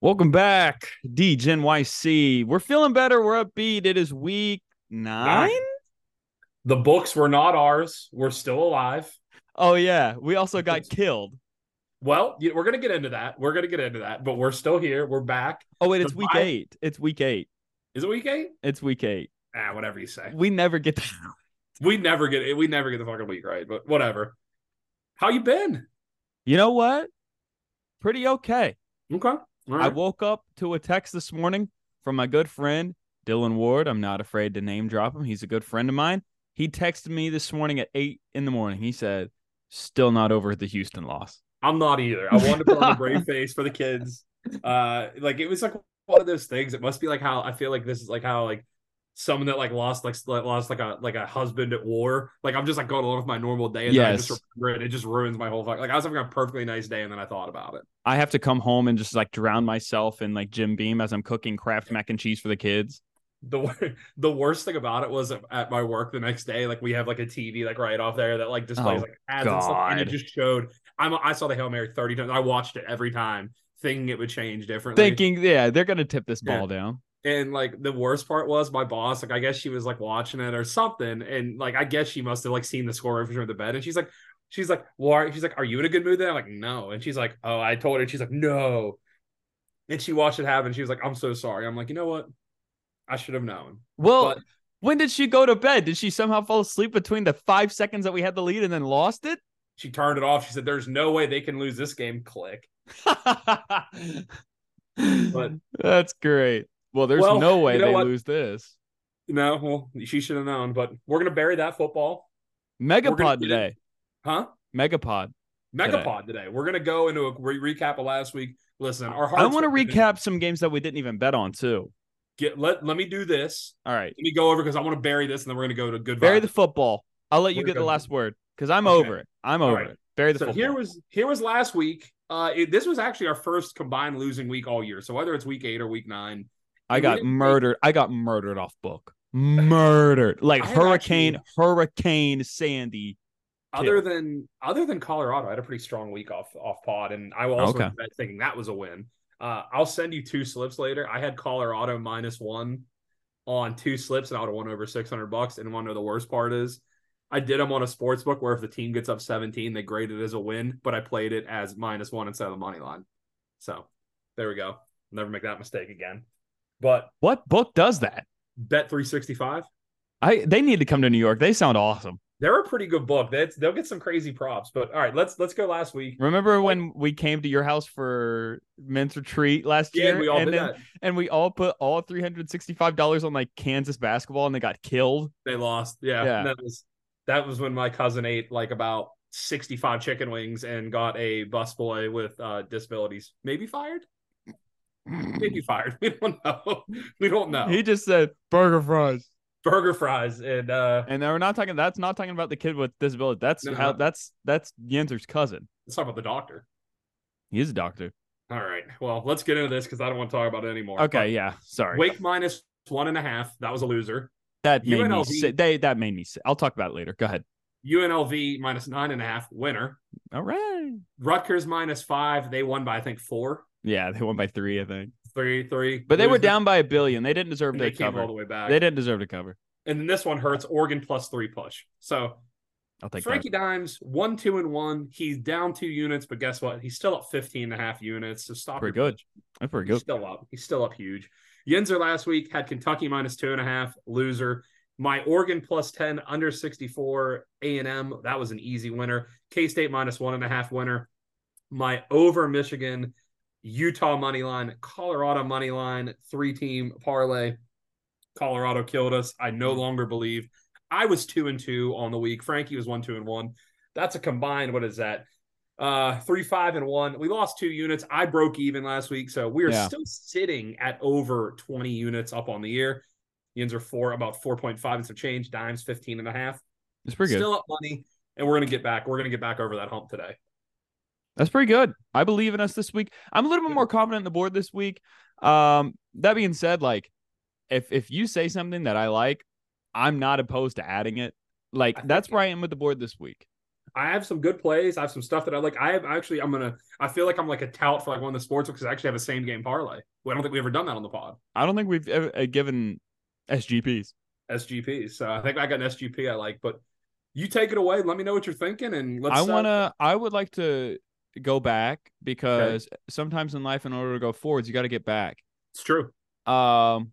Welcome back, D NYC. We're feeling better. We're upbeat. It is week nine. Nine? The books were not ours. We're still alive. Oh yeah, we also got killed. Well, y- we're gonna get into that. We're gonna get into that, but we're still here. We're back. Oh wait, it's week Goodbye. eight. It's week eight. Is it week eight? It's week eight. Ah, whatever you say. We never get to. We never get it. We never get the fucking week right, but whatever. How you been? You know what? Pretty okay. Okay. All I right. woke up to a text this morning from my good friend Dylan Ward. I'm not afraid to name drop him. He's a good friend of mine. He texted me this morning at eight in the morning. He said, "Still not over the Houston loss." I'm not either. I wanted to put on a brave face for the kids. Uh, like it was like one of those things. It must be like how I feel like this is like how like someone that like lost like like, lost like a like a husband at war. Like I'm just like going along with my normal day, and then I Yes. just remember it. It just ruins my whole fuck. Like I was having a perfectly nice day, and then I thought about it. I have to come home and just like drown myself in like Jim Beam as I'm cooking Kraft mac and cheese for the kids. the wor- the worst thing about it was at- at my work the next day like we have like a tv like right off there that like displays Oh, like ads and stuff and it God. just showed i'm i saw the hail mary 30 times i watched it every time thinking it would change differently Thinking, yeah, they're gonna tip this Yeah. ball down. and like the worst part was my boss like i guess she was like watching it or something and like i guess she must have like seen the score from the bed and she's like she's like well are, she's like are you in a good mood then i'm like no and she's like oh i told her she's like no and she watched it happen she was like i'm so sorry i'm like you know what i should have known Well, But- when did she go to bed? Did she somehow fall asleep between the five seconds that we had the lead and then lost it? She turned it off. She said, "There's no way they can lose this game." Click. But- That's great. Well, there's Well, no way you know they what? lose this. No, well, she should have known. But we're gonna bury that football, We're gonna Megapod get today. huh? Megapod. Megapod today. We're gonna go into a re- recap of last week. Listen, our hearts I want to were in it. recap some games that we didn't even bet on too. Get let let me do this. All right. Let me go over because I want to bury this, and then we're gonna go to good. Bury vibes. the football. I'll let you We're get the gonna- last word because I'm Okay. over it. I'm All over right. it. Bury the so football. here was here was last week. Uh, it, this was actually our first combined losing week all year. So whether it's week eight or week nine, I we got didn't make- murdered. I got murdered off book. Murdered. Like I had Hurricane Hurricane Sandy. other than other than Colorado, I had a pretty strong week off off pod, and I will also Okay. admit thinking that was a win. Uh, I'll send you two slips later. I had Colorado minus one on two slips, and I would have won over six hundred bucks. And want to know the worst part is, I did them on a sports book where if the team gets up seventeen, they grade it as a win, but I played it as minus one instead of the money line. So there we go. Never make that mistake again. But What book does that? bet three sixty five. I they need to come to New York. They sound awesome. They're a pretty good book. That's they'll get some crazy props. But all right, let's let's go last week. Remember when we came to your house for men's retreat last Yeah, year? and we all and did then- that. and we all put all three hundred sixty-five dollars on like Kansas basketball, and they got killed. They lost. Yeah. Yeah. That was that was when my cousin ate like about 65 chicken wings and got a busboy with uh disabilities. Maybe fired? Maybe fired. We don't know. We don't know. He just said burger fries, Burger fries and uh and we're not talking. That's not talking about the kid with disability. That's No, how. no. That's that's Yenser's cousin. let's talk about the doctor. He is a doctor. All right. Well, let's get into this because I don't want to talk about it anymore. Okay, yeah. Sorry. But Wake minus one and a half. That was a loser. That made me UNLV sick. They that made me sick. I'll talk about it later. Go ahead. UNLV minus nine and a half, winner. All right. Rutgers minus five. They won by I think four, Yeah, they won by three, I think. three, three. But they were Loser. down by a billion. They didn't deserve And to They came cover. all the way back. They didn't deserve to cover. And then this one hurts Oregon plus three push. So I'll take Frankie Dimes, one, two, and one. He's down two units, but guess what? He's still up 15 and a half units. So that. stop. Pretty your- good. That's pretty He's good. still up. He's still up huge. Yenzer last week had Kentucky minus two and a half, loser. My Oregon plus 10, under 64, A&M. That was an easy winner. K-State minus one and a half winner. My over Michigan, Utah money line, Colorado money line, three team parlay. Colorado killed us. I no Mm-hmm. longer believe. I was two and two on the week. Frankie was one, two and one. That's a combined. What is that? Uh, three, five, and one. We lost two units. I broke even last week, so we are Yeah. still sitting at over 20 units up on the year. Yins are four, about 4.5 and some change. Dimes 15 and a half. It's pretty good. Still up money. And we're gonna get back. We're gonna get back over that hump today. That's pretty good. I believe in us this week. I'm a little bit more confident in the board this week. Um, that being said, like if if you say something that I like, I'm not opposed to adding it. I Like think- that's where I am with the board this week. I have some good plays. I have some stuff that I like. I have actually, I'm gonna. I feel like I'm like a tout for like one of the sports because I actually have a same game parlay. Well, I don't think we've ever done that on the pod. I don't think we've ever uh, given SGPs. SGPs. So I think I got an SGP I like, but you take it away. Let me know what you're thinking, and let's. I uh, want to. I would like to go back because sometimes in life, in order to go forwards, you got to get back. It's true. Um,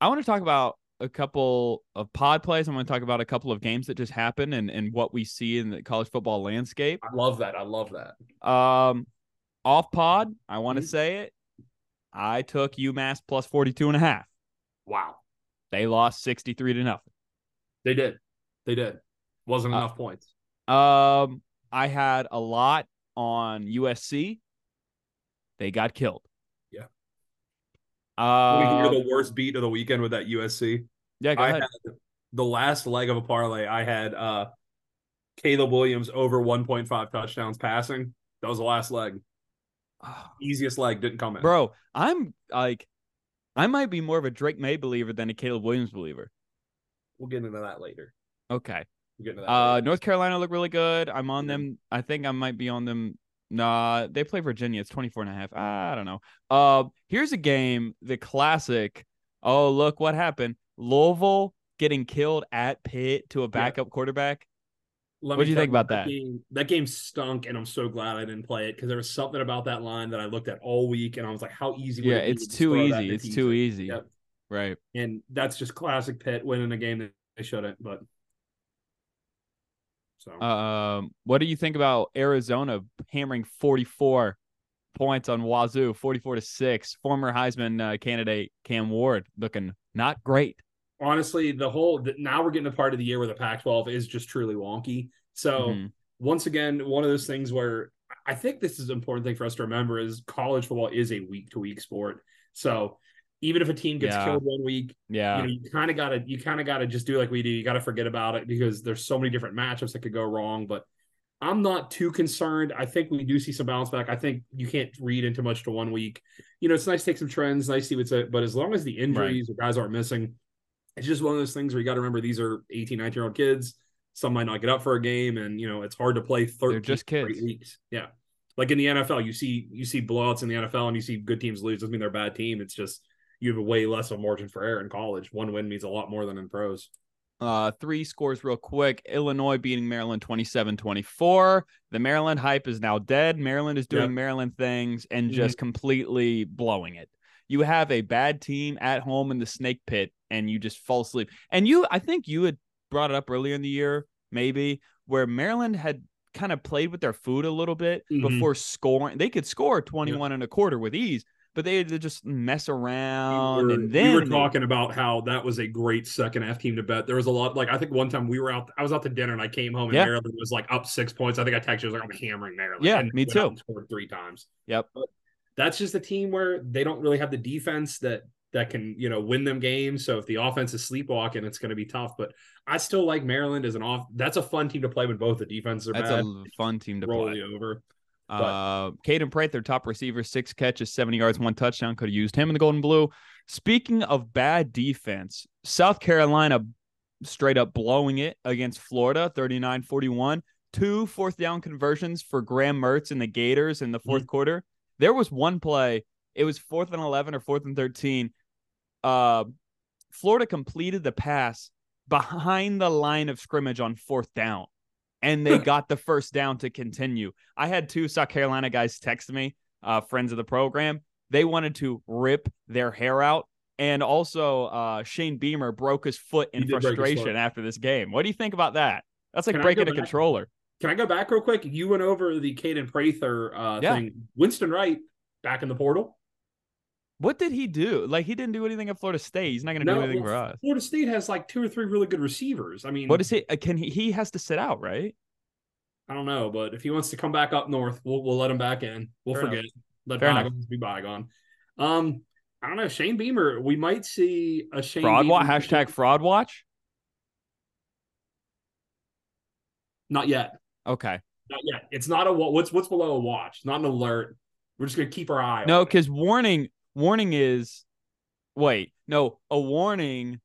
I want to talk about a couple of pod plays. I'm going to talk about a couple of games that just happened and and what we see in the college football landscape. I love that. I love that. Um, off pod, I want to Mhm. say it. I took UMass plus 42 and a half. Wow, They lost 63 to nothing. they did. They did. Wasn't Uh, enough points. Um, I had a lot on USC. They got killed. Yeah. we can Um, hear the worst beat of the weekend with that USC. yeah, go I ahead. had the last leg of a parlay. I had uh Caleb Williams over 1.5 touchdowns passing. That was the last leg. Easiest leg didn't come in. Bro, I'm like, I might be more of a Drake May believer than a Caleb Williams believer. We'll get into that later. Okay. We'll get into that. Uh, later. North Carolina looked really good. I'm on Mhm. them. I think I might be on them. Nah, they play Virginia. It's 24 and a half. I don't know. Uh, here's a game, the classic. Oh, look what happened. Louisville getting killed at Pitt to a backup quarterback. Let what'd me you tell think about that? Game, that game stunk, and I'm so glad I didn't play it because there was something about that line that I looked at all week, and I was like, "How easy?" would Yeah, it be it's to just too throw that easy. to It's Pease too e-, it?" easy. Yep. Right. And that's just classic Pitt winning a game that they shouldn't. But so Um, what do you think about Arizona hammering 44 points on Wazoo, 44 to 6? Former Heisman uh, candidate Cam Ward looking not great. honestly, the whole th- now we're getting to part of the year where the Pac-12 is just truly wonky. So Mhm. once again, one of those things where I think this is an important thing for us to remember is college football is a week-to-week sport. So even if a team gets Yeah. killed one week, yeah. you know, you kind of gotta you kind of gotta just do like we do. You gotta forget about it because there's so many different matchups that could go wrong. But I'm not too concerned. I think we do see some bounce back. I think you can't read into much to one week. You know, it's nice to take some trends, nice to see what's up. But as long as the injuries or guys aren't missing, it's just one of those things where you got to remember these are 18, 19 year old kids. Some might not get up for a game, and you know it's hard to play 13 just straight kids. weeks. Yeah, like in the NFL, you see you see blowouts in the NFL, and you see good teams lose. Doesn't mean they're a bad team. It's just you have a way less of a margin for error in college. One win means a lot more than in pros. Uh, three scores real quick. Illinois beating Maryland 27 24. The Maryland hype is now dead. Maryland is doing Yep. Maryland things and Mhm. just completely blowing it. You have a bad team at home in the snake pit and you just fall asleep. And you, I think you had brought it up earlier in the year, maybe, where Maryland had kind of played with their food a little bit Mhm. before scoring. They could score 21 and a quarter with ease, but they had to just mess around. we were, Um, and then we were they- talking about how that was a great second half team to bet. There was a lot. Like I think one time we were out. I was out to dinner and I came home and Yeah. Maryland was like up six points. I think I texted you, I was like I'm hammering Maryland. Yeah, and they me went out too. and Scored three times. Yep. But that's just a team where they don't really have the defense that that can you know win them games. So if the offense is sleepwalking, it's going to be tough. But I still like Maryland as an off. That's a fun team to play when both the defenses are That's bad. a fun team to Roll play. you over. Uh, Caden Pratt, their top receiver, six catches, 70 yards, one touchdown. Could have used him in the Golden Blue. Speaking of bad defense, South Carolina straight up blowing it against Florida, 39 41. Two fourth down conversions for Graham Mertz and the Gators Mm-hmm. in the 4th quarter. There was one play, it was fourth and 11 or fourth and 13. Uh, Florida completed the pass behind the line of scrimmage on fourth down, and they got the first down to continue. I had two South Carolina guys text me, uh, friends of the program. They wanted to rip their hair out. And also, uh, Shane Beamer broke his foot in He did break his frustration foot. after this game. What do you think about that? That's like Can I go breaking a back? controller. Can I go back real quick? You went over the Caden Prather uh, Yeah. thing. Winston Wright back in the portal. What did he do? Like, he didn't do anything at Florida State. He's not going to do anything well, for us. Florida State has like two or three really good receivers. I mean, What is he? uh, Can he? He has to sit out, right? I don't know, but if he wants to come back up north, we'll we'll let him back in. We'll Fair enough. forget. Let Fair enough. bygones be bygone. Um, I don't know. Shane Beamer. We might see a Shane Fraud watch. Beamer- Hashtag fraud watch. Not yet. Okay. Not yet. It's not a wa- what's what's below a watch. Not an alert. We're just gonna keep our eye. No, on it. because warning warning is wait, no, a warning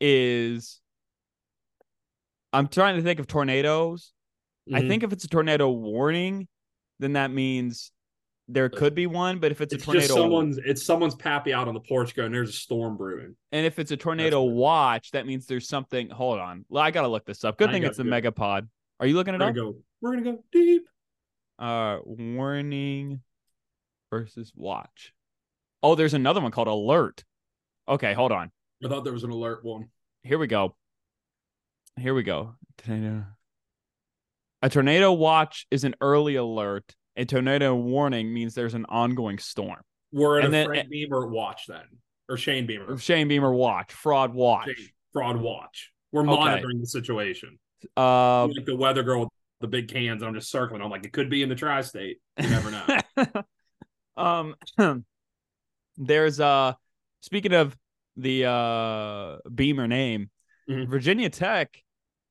is I'm trying to think of tornadoes. Mm-hmm. I think if it's a tornado warning, then that means there could be one. But if it's, it's a tornado, just someone's it's someone's pappy out on the porch going, "There's a storm brewing." and if it's a tornado weird. watch, that means there's something. Hold on, Well, I gotta look this up. Good I thing got it's the you. megapod. Are you looking We're it up? gonna go. We're gonna go deep. uh warning versus watch oh there's another one called alert okay hold on I thought there was an alert one. here we go here we go tornado a tornado watch is an early alert a tornado warning means there's an ongoing storm We're at And a then- Frank Beamer watch then, or Shane Beamer, shane beamer watch fraud watch Shane, fraud watch. We're monitoring the situation. uh, like the weather girl, with the big cans. I'm just circling. I'm like, it could be in the tri-state. You never know. um there's uh speaking of the uh beamer name Mhm. virginia tech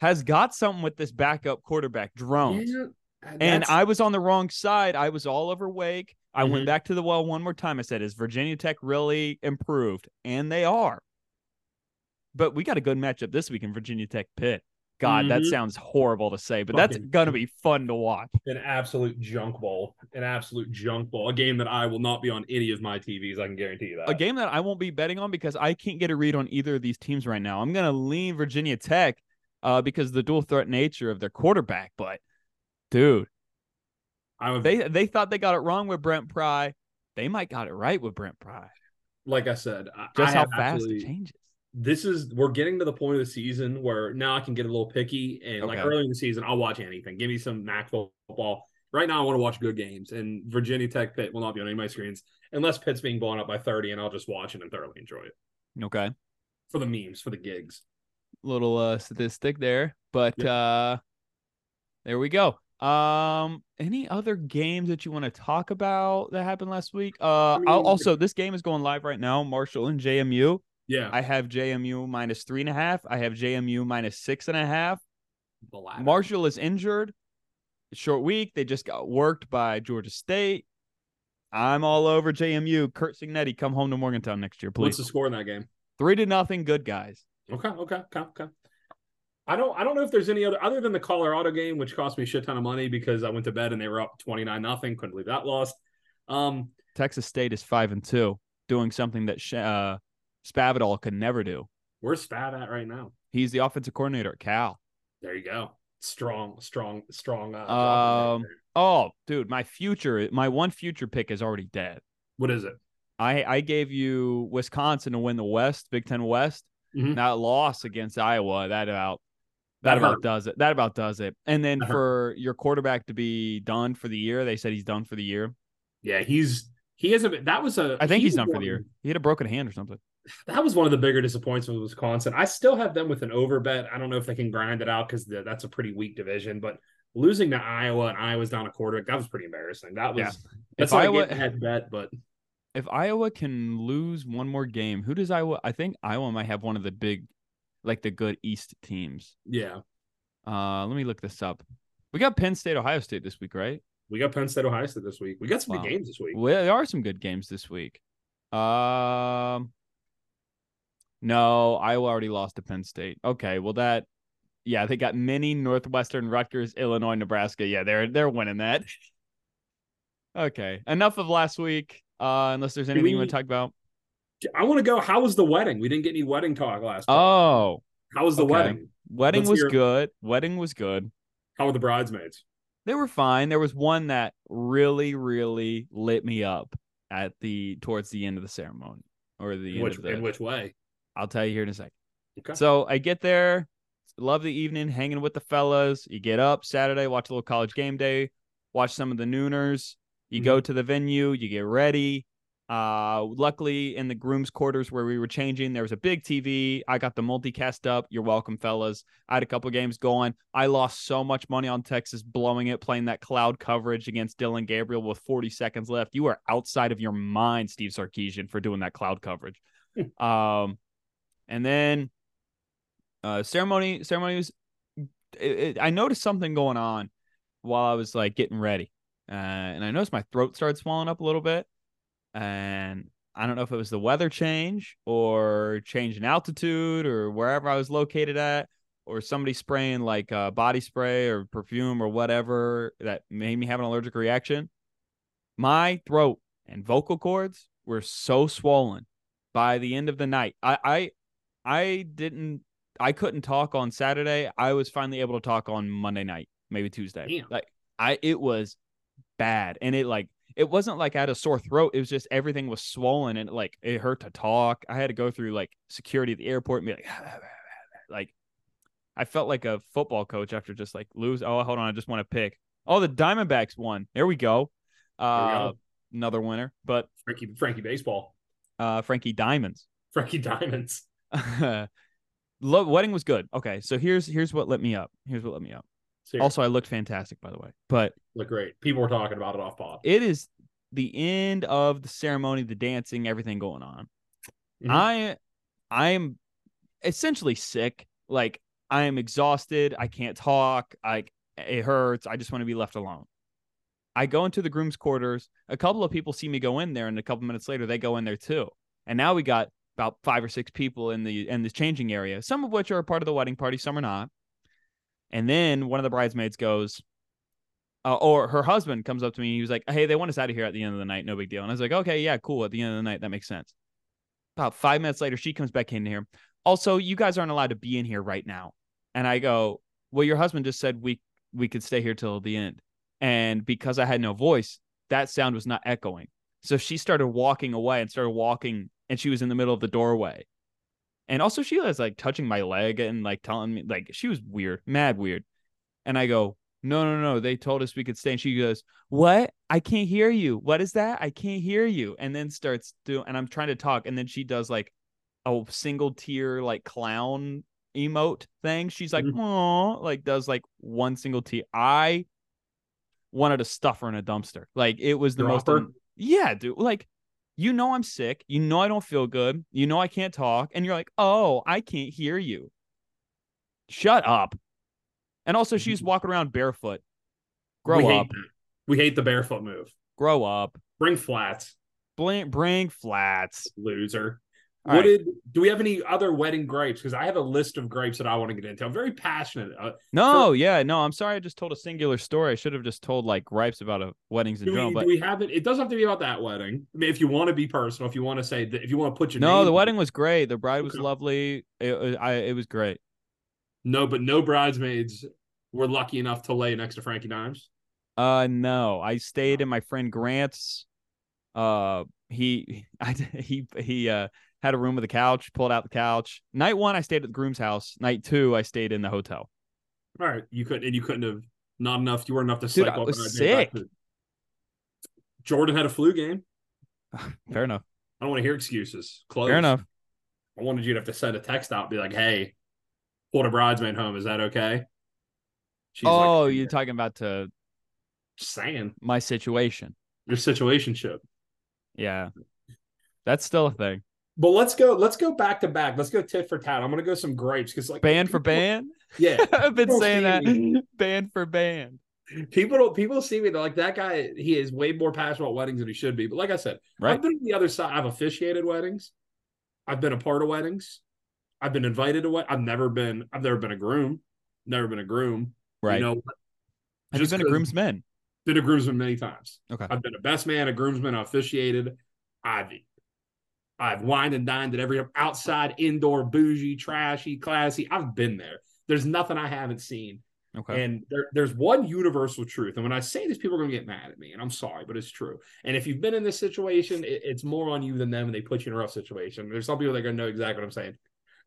has got something with this backup quarterback drones Yeah, and that's- i was on the wrong side i was all over wake i Mhm. went back to the well one more time i said is virginia tech really improved and they are but we got a good matchup this week in virginia tech pitt god that Mhm. sounds horrible to say but that's Fucking- gonna be fun to watch an absolute junk ball, an absolute junk ball, a game that I will not be on any of my TVs. I can guarantee you that. a game that I won't be betting on because I can't get a read on either of these teams right now. I'm going to lean Virginia Tech uh, because of the dual threat nature of their quarterback. But dude, I would, they they thought they got it wrong with Brent Pry. They might got it right with Brent Pry. like I said, I- Just I how have fast absolutely- it changes. This is we're getting to the point of the season where now I can get a little picky and like Okay. early in the season I'll watch anything. Give me some Mac football. Right now I want to watch good games and Virginia Tech Pitt will not be on any of my screens unless Pitt's being blown up by 30 and I'll just watch it and thoroughly enjoy it Okay, for the memes, for the gigs. little uh, statistic there, but Yep. uh, there we go. Um, any other games that you want to talk about that happened last week? Uh, I mean- I'll, also this game is going live right now. Marshall and JMU. Yeah. I have JMU minus three and a half. I have JMU minus six and a half. the latter. Marshall is injured. Short week. They just got worked by Georgia State. I'm all over JMU. Kurt Signetti, come home to Morgantown next year, What's please. the score in that game? Three to nothing. Good guys. Okay, okay, okay, okay. I don't I don't know if there's any other other than the Colorado game, which cost me a shit ton of money because I went to bed and they were up 29 nothing. Couldn't believe that lost. Um, Texas State is five and two, doing something that Sh- uh, Spavital could never do. where's Fab at right now? He's the offensive coordinator at Cal. There you go. Strong, strong, strong. Uh, Um, there. Oh, dude, my future, my one future pick is already dead. what is it? I I gave you Wisconsin to win the West, Big Ten West. Mhm. That loss against Iowa, that about that, That about hurt. does it. That about does it. And then That hurt. for your quarterback to be done for the year, they said he's done for the year. Yeah, he's he hasn't. been- That was a. I think he he's was done for one- the year. He had a broken hand or something. That was one of the bigger disappointments with Wisconsin. I still have them with an over bet. I don't know if they can grind it out because that's a pretty weak division. But losing to Iowa and Iowa's down a quarterback that was pretty embarrassing. That was Yeah. If that's not Iowa- a game head bet, but If Iowa can lose one more game, who does Iowa? I think Iowa might have one of the big, like the good East teams. yeah, Uh, let me look this up. We got Penn State, Ohio State this week, right? we got Penn State, Ohio State this week. We got some Wow. good games this week. Well, there are some good games this week. Um, no, Iowa already lost to Penn State. Okay, well that, yeah, they got many Northwestern, Rutgers, Illinois, Nebraska. Yeah, they're they're winning that. Okay, enough of last week. Uh, unless there's anything you want we- to talk about. I want to go. How was the wedding? We didn't get any wedding talk last. time. Oh, how was the okay. wedding? wedding Uh, Let's was hear- good. Wedding was good. How were the bridesmaids? They were fine. There was one that really, really lit me up at the towards the end of the ceremony or the In end which of the in which way? I'll tell you here in a second. Okay. So I get there, love the evening, hanging with the fellas. You get up Saturday, watch a little college game day, watch some of the nooners. You go to the venue, you get ready. Uh, luckily, in the groom's quarters where we were changing, there was a big TV. I got the multicast up. You're welcome, fellas. I had a couple games going. I lost so much money on Texas blowing it, playing that cloud coverage against Dylan Gabriel with 40 seconds left. You are outside of your mind, Steve Sarkeesian, for doing that cloud coverage. um, and then uh, ceremony ceremony was. It, it, I noticed something going on while I was like getting ready, uh, and I noticed my throat started swelling up a little bit, and I don't know if it was the weather change or change in altitude or wherever I was located at or somebody spraying like uh, body spray or perfume or whatever that made me have an allergic reaction, my throat and vocal cords were so swollen by the end of the night. I I, I didn't I couldn't talk on Saturday. I was finally able to talk on Monday night, maybe Tuesday. Damn. Like I it was bad. And it like it wasn't like I had a sore throat. It was just everything was swollen and like it hurt to talk. I had to go through like security at the airport and be like like I felt like a football coach after just like lose. Oh, hold on, I just want to pick. Oh, the Diamondbacks won. There we go. Uh, go. another winner, but Frankie Frankie baseball. uh, Frankie Diamonds. Frankie Diamonds. Lo- wedding was good. Okay, so here's here's what let me up. Here's what let me up. Seriously, Also, I looked fantastic, by the way. But look great. People were talking about it off pod. it is the end of the ceremony, the dancing, everything going on. Mhm. I I am essentially sick. Like I am exhausted. I can't talk. I it hurts. I just want to be left alone. I go into the groom's quarters. A couple of people see me go in there, and a couple minutes later, they go in there too. And now we got about five or six people in the in the changing area, some of which are a part of the wedding party, some are not. And then one of the bridesmaids goes, uh, or her husband comes up to me and he was like, "Hey, they want us out of here at the end of the night, no big deal." And I was like, "Okay, yeah, cool. At the end of the night, that makes sense." About five minutes later, she comes back in here. Also, you guys aren't allowed to be in here right now. And I go, "Well, your husband just said we we could stay here till the end." And because I had no voice, that sound was not echoing. So she started walking away and started walking, and she was in the middle of the doorway. And also, she was like touching my leg and like telling me, like, she was weird, mad weird. And I go, no, no, no. They told us we could stay. And she goes, What? I can't hear you. What is that? I can't hear you. And then starts doing, and I'm trying to talk. And then she does like a single tear, like clown emote thing. She's like, Mhm. Oh, like does like one single tear. I wanted to stuff her in a dumpster. Like it was the most. Dropper? yeah, dude. Like, you know, I'm sick. You know, I don't feel good. You know, I can't talk. And you're like, Oh, I can't hear you. Shut up. And also, she's walking around barefoot. Grow we up. Hate that. We hate the barefoot move. Grow up. Bring flats, Bring, bring flats. loser. All what right. did do we have any other wedding gripes? Because I have a list of gripes that I want to get into. I'm very passionate. Uh, No, yeah, no. I'm sorry. I just told a singular story. I should have just told like gripes about a weddings in do, general. we, But do we have it? It doesn't have to be about that wedding. I mean, if you want to be personal, if you want to say, that, if you want to put your no, name- the wedding was great. The bride was Okay. lovely. It, it- I, it was great. No, but no bridesmaids were lucky enough to lay next to Frankie Dimes. Uh, no, I stayed in my friend Grant's. Uh, he, I, he, he, uh, had a room with a couch. Pulled out the couch. Night one, I stayed at the groom's house. Night two, I stayed in the hotel. All right, you couldn't, and you couldn't have not enough. You weren't enough to Dude, I cycle. up was and identify sick. who- Jordan had a flu game. Fair enough. I don't want to hear excuses. Close. Fair enough. I wanted you to have to send a text out, be like, "Hey, pulled a bridesmaid home. Is that okay?" She's oh, like, you're talking about to just saying my situation. your situationship. Yeah. That's still a thing. But let's go. Let's go back to back. Let's go tit for tat. I'm gonna go some grapes because like Ban for people- ban. Yeah, I've been people saying that. see me. Ban for ban. people don't people see me. They're like that guy. He is way more passionate about weddings than he should be. But like I said, Right. I've been on the other side. I've officiated weddings. I've been a part of weddings. I've been invited to what. I've never been. I've never been a groom. Never been a groom. Right. You know, Have you just been a 'cause- groomsman? been a groomsman many times. Okay. I've been a best man, a groomsman, I officiated. I've I've wined and dined at every outside, indoor, bougie, trashy, classy. I've been there. There's nothing I haven't seen. Okay. And there, there's one universal truth. And when I say this, people are going to get mad at me. And I'm sorry, but it's true. And if you've been in this situation, it- it's more on you than them. And they put you in a rough situation. There's some people that are going to know exactly what I'm saying.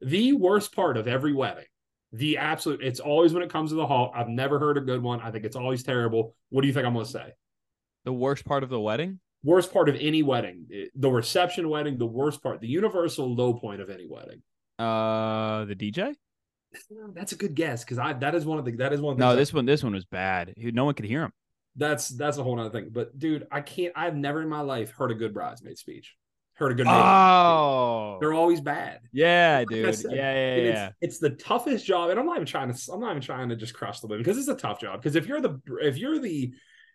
The worst part of every wedding, the absolute, it's always when it comes to the halt. I've never heard a good one. I think it's always terrible. What do you think I'm going to say? the worst part of the wedding? Worst part of any wedding, it- the reception wedding, the worst part, the universal low point of any wedding. Uh the DJ? That's a good guess because I that is one of the that is one. Of the No, things I- this one this one was bad. He- No one could hear him. That's that's a whole nother thing. But dude, I can't. I've never in my life heard a good bridesmaid speech. Heard a good. maid's Oh. speech. they're always bad. Yeah, Like I dude. said, yeah, yeah, And yeah. It's, it's the toughest job, and I'm not even trying to. I'm not even trying to just crush the women because it's a tough job. Because if you're the if you're the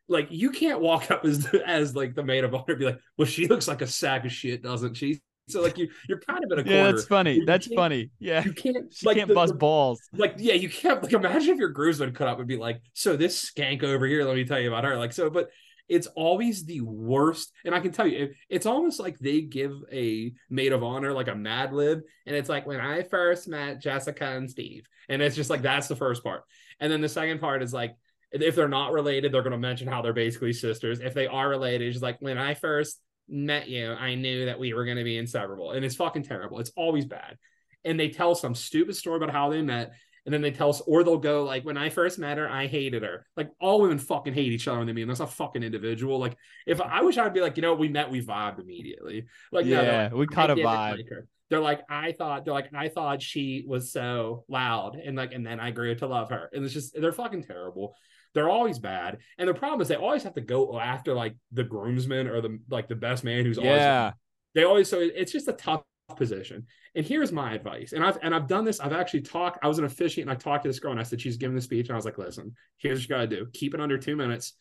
like you can't walk up as as like the maid of honor and be like, well, she looks like a sack of shit, doesn't she? So like you, you're kind of in a corner. Yeah, that's funny. You That's can't- funny. Yeah. You can't She like can't the- bust the- balls. like yeah, you can't like imagine if your grooves would cut up and be like, so this skank over here, let me tell you about her. Like so, but it's always the worst. And I can tell you, it- it's almost like they give a maid of honor like a Mad Lib, and it's like when I first met Jessica and Steve, and it's just like that's the first part, and then the second part is like. If they're not related, they're going to mention how they're basically sisters. If they are related, it's just like when I first met you, I knew that we were going to be inseparable. And it's fucking terrible. It's always bad. And they tell some stupid story about how they met. And then they tell us, or they'll go like, when I first met her, I hated her. Like all women fucking hate each other when they meet. And that's a fucking individual. Like if I wish I'd be like, you know, we met, we vibed immediately. Like no, they're yeah, like, we I caught a didn't vibe. like her. They're like, I thought they're like, I thought she was so loud, and like, and then I grew to love her. And it's just they're fucking terrible. They're always bad, and the problem is they always have to go after like the groomsman or the like the best man who's always Yeah. they always so it's just a tough position and here's my advice and i've and i've done this i've actually talked i was an officiant and i talked to this girl and i said she's giving the speech and i was like listen here's what you gotta do keep it under two minutes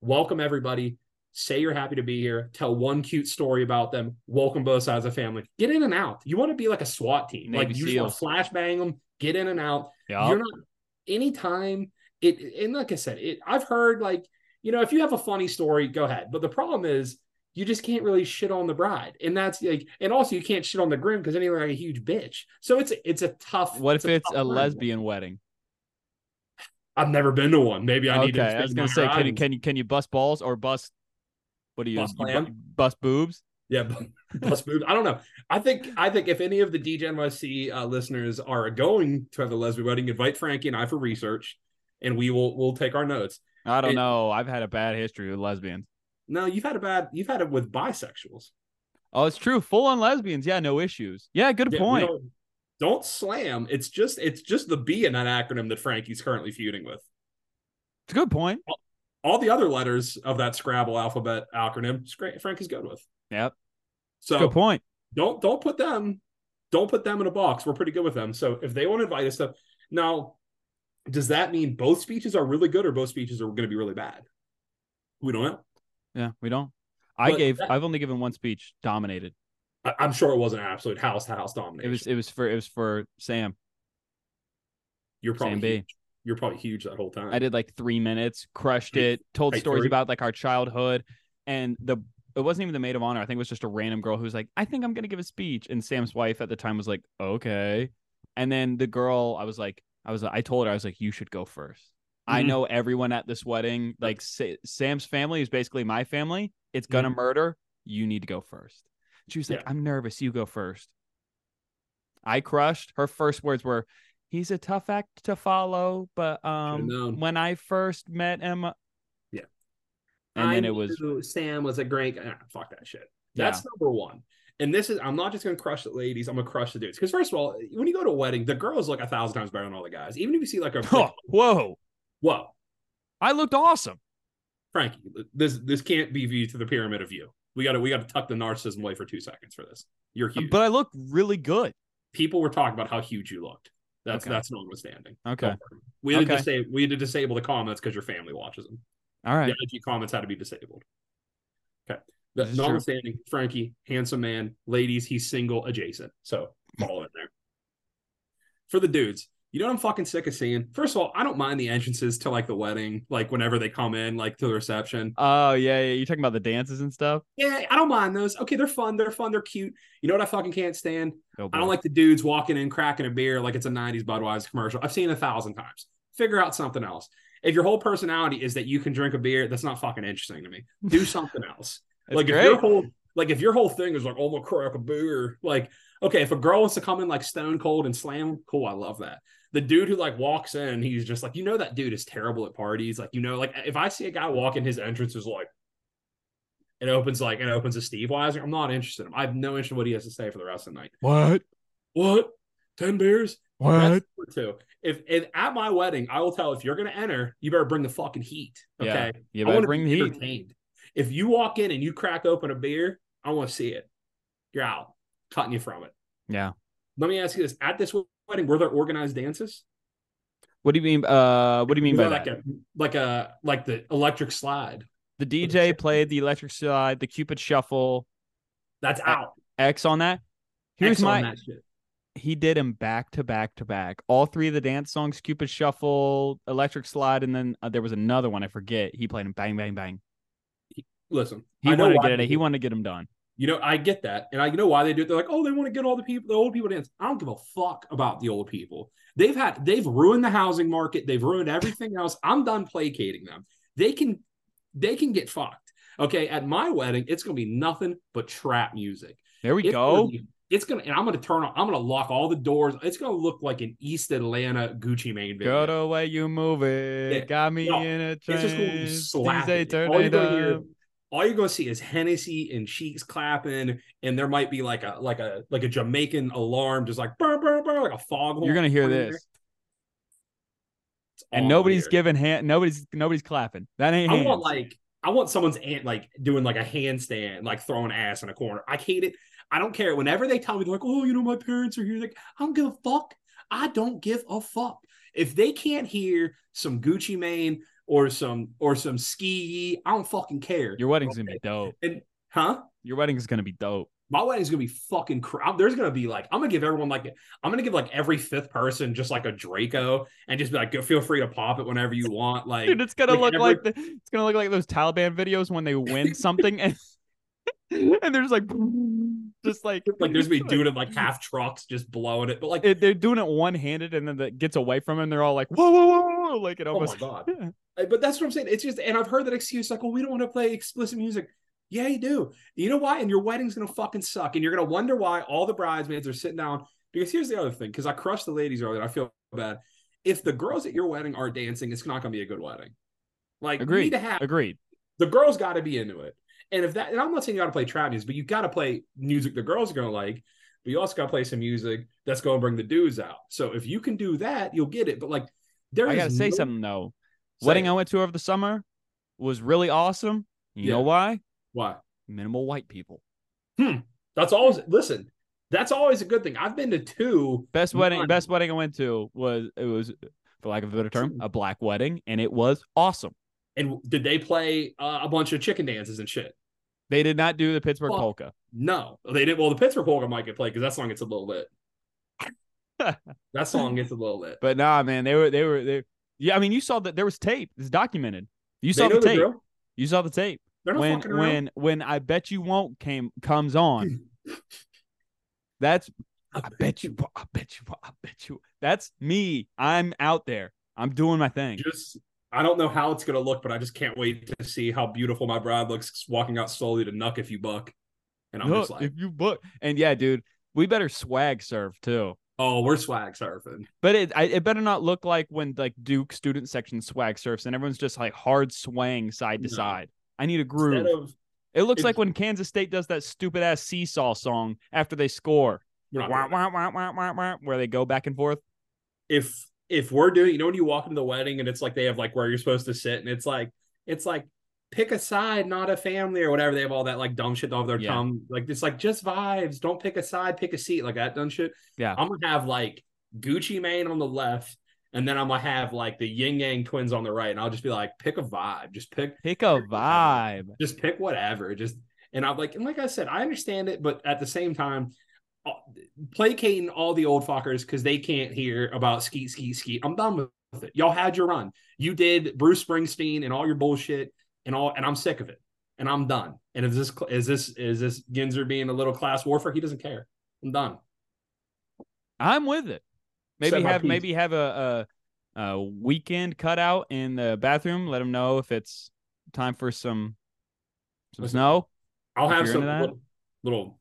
welcome everybody say you're happy to be here tell one cute story about them welcome both sides of the family get in and out you want to be like a swat team like Navy you just want to flashbang them get in and out Yeah. you're not anytime it and like I said, it I've heard like, you know, if you have a funny story, go ahead. But the problem is you just can't really shit on the bride. And that's like and also you can't shit on the groom because anyway like a huge bitch. So it's it's a tough What if it's tough a line. lesbian wedding? I've never been to one. Maybe I need Okay, to I was gonna say, expand my can you horizons. can you can you bust balls or bust? What do you, Bust you bu- lamb? bust boobs? Yeah, bu- bus boobs. I don't know. I think I think if any of the DJNYC uh, listeners are going to have a lesbian wedding, invite Frankie and I for research, and we will we'll take our notes. I don't It- know. I've had a bad history with lesbians. No, you've had a bad. You've had it with bisexuals. Oh, it's true. Full on lesbians. Yeah, no issues. Yeah, good Yeah, we point. Don't, don't slam. It's just it's just the B in that acronym that Frankie's currently feuding with. It's a good point. All the other letters of that Scrabble alphabet acronym, Scra- Frankie's good with. Yep. good So point. don't don't put them don't put them in a box. We're pretty good with them. So if they want to invite us to now, does that mean both speeches are really good or both speeches are going to be really bad? We don't know. Yeah, we don't. I But gave. that- I've only given one speech. Dominated. I, I'm sure it wasn't an absolute house to house It domination. was. It was for. It was for Sam. you're probably Sam B. huge. you're probably huge that whole time. I did like three minutes, crushed it, told Like stories three? about like our childhood and the it wasn't even the maid of honor. I think it was just a random girl who was like, I think I'm gonna give a speech. And Sam's wife at the time was like, Okay. And then the girl, I was like, I was I told her, I was like, you should go 1st I Mhm. know everyone at this wedding. Like Sa- Sam's family is basically my family. It's gonna murder. You need to go first. She was like, Mm-hmm. Yeah. I'm nervous. You go first. I crushed. Her first words were, "He's a tough act to follow, but um, known. when I first met him, Yeah. and then I it was knew Sam was a great guy. Nah, fuck that shit. yeah, That's number one. And this is I'm not just gonna crush the ladies, I'm gonna crush the dudes. Because first of all, when you go to a wedding, the girls look a thousand times better than all the guys. Even if you see like a Huh, whoa, whoa, I looked awesome. Frankie, this this can't be viewed to the pyramid of you. We gotta we gotta tuck the narcissism away for two seconds for this. You're huge. Uh, But I looked really good. People were talking about how huge you looked. That's Okay. that's notwithstanding. Okay, Don't worry. We had to Okay. say we had to disable the comments because your family watches them. all right. The IG comments had to be disabled. Okay. The, This is true. notwithstanding, Frankie, handsome man, ladies, he's single adjacent. So fall in there. For the dudes, you know what I'm fucking sick of seeing? First of all, I don't mind the entrances to like the wedding, like whenever they come in, like to the reception. Oh yeah, yeah. You're talking about the dances and stuff. Yeah, I don't mind those. Okay, they're fun, they're fun, they're cute. You know what I fucking can't stand? Oh, I don't boy. like the dudes walking in, cracking a beer like it's a 90s Budweiser commercial. I've seen it a thousand times. Figure out something else. If your whole personality is that you can drink a beer, that's not fucking interesting to me. Do something else. It's like great. if your whole like if your whole thing is like, oh my crack a beer, like okay, if a girl wants to come in like stone cold and slam, cool, I love that. The dude who like walks in, he's just like, you know, that dude is terrible at parties. Like, you know, like if I see a guy walking, his entrance is like it opens like it opens a Steve Weiser. I'm not interested in him. I have no interest in what he has to say for the rest of the night. what? What? Ten beers? What? That's number two. If, if at my wedding, I will tell if you're gonna enter, you better bring the fucking heat. Okay. Yeah, You I want better to bring the be heat. entertained. If you walk in and you crack open a beer, I want to see it. You're out, cutting you from it. Yeah. Let me ask you this: At this wedding, were there organized dances? What do you mean? Uh, what do you mean Was by there that? Like a like a like the electric slide. The DJ played the electric slide, the Cupid shuffle, That's out. X on that. Here's X on my that shit. he did him back to back to back. All three of the dance songs: Cupid Shuffle, Electric Slide, and then uh, there was another one I forget. He played him bang bang bang. Listen, He I know wanted to why get it. they He do wanted to get him done. You know, I get that, and I know why they do it. They're like, oh, they want to get all the people, the old people to dance. I don't give a fuck about the old people. They've had, they've ruined the housing market. They've ruined everything else. I'm done placating them. They can, they can get fucked. Okay, at my wedding, it's gonna be nothing but trap music. There we It's gonna go. be- It's gonna, and I'm gonna turn on. I'm gonna lock all the doors. It's gonna look like an East Atlanta Gucci Mane video. Go the way you move it. Yeah. Got me No, in a It's just going to be trance. slapping. DJ, turn all, you're it gonna hear, up. all you're gonna see is Hennessy and cheeks clapping, and there might be like a like a like a Jamaican alarm, just like burr, burr, burr, like a foghorn. You're gonna hear going in there. this, It's all and nobody's weird. giving hand. Nobody's nobody's clapping. That ain't I want hands. like I want someone's aunt like doing like a handstand, like throwing ass in a corner. I hate it. I don't care. Whenever they tell me they're like, oh, you know, my parents are here, like I don't give a fuck. I don't give a fuck. If they can't hear some Gucci Mane or some or some ski, Yee, I don't fucking care. Your wedding's gonna be dope. huh? Your wedding's gonna be dope. my wedding's gonna be fucking crap. There's gonna be like, I'm gonna give everyone like, I'm gonna give like every fifth person just like a Draco and just be like, go feel free to pop it whenever you want. Like, Dude, it's gonna like look like the, it's gonna look like those Taliban videos when they win something and and there's like just like like there's gonna be dude in like half trucks just blowing it, but like, it, they're doing it one handed and then that gets away from him. They're all like whoa whoa whoa, whoa like it oh my almost god. Uh, But that's what I'm saying. It's just, and I've heard that excuse like, well, we don't want to play explicit music. Yeah, you do. You know why? And your wedding's gonna fucking suck, and you're gonna wonder why all the bridesmaids are sitting down. Because here's the other thing, because I crushed the ladies earlier. I feel bad. If the girls at your wedding are dancing, it's not gonna be a good wedding. Like, we Agreed. need to have agreed. the girls got to be into it. And if that, and I'm not saying you got to play trap music, but you got to play music the girls are going to like. But you also got to play some music that's going to bring the dudes out. So if you can do that, you'll get it. But like, there I is gotta say no- something though. Say Wedding it. I went to over the summer was really awesome. You know Yeah. why? Why? Minimal white people. That's always listen. That's always a good thing. I've been to two. Best wedding. None. Best wedding I went to was it was for lack of a better term a black wedding and it was awesome. And did they play uh, a bunch of chicken dances and shit? They did not do the Pittsburgh Fuck. polka. No, they didn't. Well, the Pittsburgh polka might get played because that song gets a little lit. that song gets a little lit. But nah, man, they were they were they. Yeah, I mean, you saw that there was tape. It's documented. You saw they know the the tape. drill. you saw the tape. They're not When fucking around. when when I bet you won't came comes on. That's I bet you won't, I bet you won't, I bet you. That's me. I'm out there. I'm doing my thing. just I don't know how it's gonna look, but I just can't wait to see how beautiful my bride looks walking out slowly to "Nuck If You Buck," and I'm Look, just like, if you book and yeah, dude, we better swag serve too. "Oh, we're swag surfing." But it I, it better not look like when like Duke student section swag surfs and everyone's just like hard swaying side to No. side. I need a groove. Instead of It looks If- like when Kansas State does that stupid ass seesaw song after they score, we're not Wah, doing that. wah, wah, wah, wah, wah, where they go back and forth. if if we're doing, you know, when you walk into the wedding and it's like they have like where you're supposed to sit, and it's like it's like pick a side, not a family or whatever. They have all that like dumb shit off their Yeah. tongue, like it's like just vibes. Don't pick a side, pick a seat, like that dumb shit. Yeah. I'm gonna have like Gucci Mane on the left. And then I'm gonna have like the yin yang twins on the right, and I'll just be like, pick a vibe, just pick Pick a vibe. just pick whatever just and i'm like and like i said i understand it but at the same time uh, placating all the old fuckers because they can't hear about skeet skeet skeet i'm done with it y'all had your run you did bruce springsteen and all your bullshit and all and i'm sick of it and i'm done and is this is this is this ginzer being a little class warfare he doesn't care i'm done I'm with it. Maybe Said my have piece. maybe have a, a a weekend cutout in the bathroom. Let them know if it's time for some some Listen. snow. i'll If have you're some into that? little, little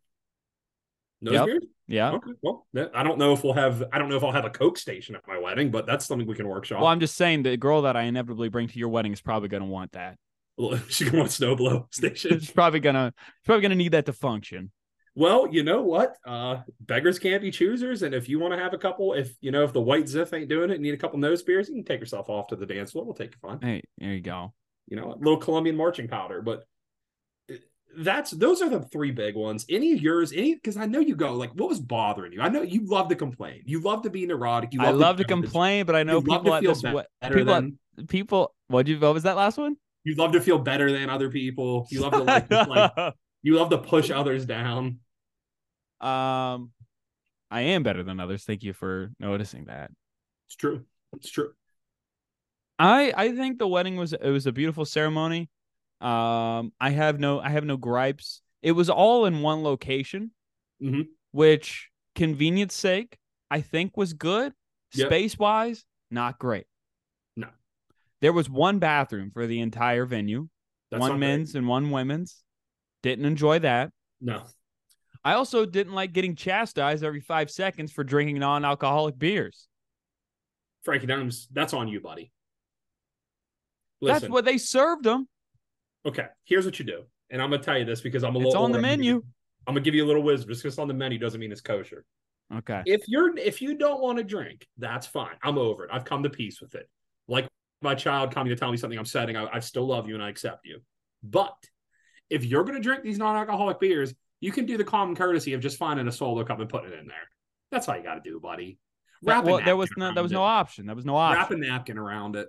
nose Yep. beard? Yeah. okay well that- i don't know if we'll have i don't know if i'll have a coke station at my wedding but that's something we can workshop Well, I'm just saying the girl that I inevitably bring to your wedding is probably gonna want that. She's gonna want snowblow station. She's probably gonna she's probably gonna need that to function. Well, you know what? Uh, beggars can't be choosers, and if you want to have a couple, if you know if the white ziff ain't doing it, and need a couple nose beers, you can take yourself off to the dance floor. We'll take you fine. Hey, there you go. You know, a little Colombian marching powder, but eh, that's those are the three big ones. Any of yours? Any? Because I know you go like, what was bothering you? I know you love to complain. You love to be neurotic. You love I love to judge. complain, but I know you love people to at feel this better we- Better people at than people what you what was that last one you love to feel better than other people. You love to like, just, like you love to push others down. Um, I am better than others. Thank you for noticing that. It's true. It's true. I I think the wedding was it was a beautiful ceremony. Um, I have no I have no gripes. It was all in one location, Mhm. which convenience sake I think was good. Yep. Space wise, not great. No. There was one bathroom for the entire venue, That's not one great. men's and one women's. Didn't enjoy that. No. I also didn't like getting chastised every five seconds for drinking non-alcoholic beers. Frankie Dunham's, that's on you, buddy. That's what they served them. Okay, here's what you do, and I'm gonna tell you this because I'm a little. It's on the older. I'm gonna give menu. you- I'm gonna give you a little wisdom. Just because it's on the menu doesn't mean it's kosher. Okay. If you're if you don't want to drink, that's fine. I'm over it. I've come to peace with it. Like my child coming to tell me something I'm setting, I, I still love you and I accept you. But if you're gonna drink these non-alcoholic beers, you can do the common courtesy of just finding a solo cup and putting it in there. That's all you got to do, buddy. That, a well, there was napkin no there was around no option. There was no it. wrap a option. napkin around it.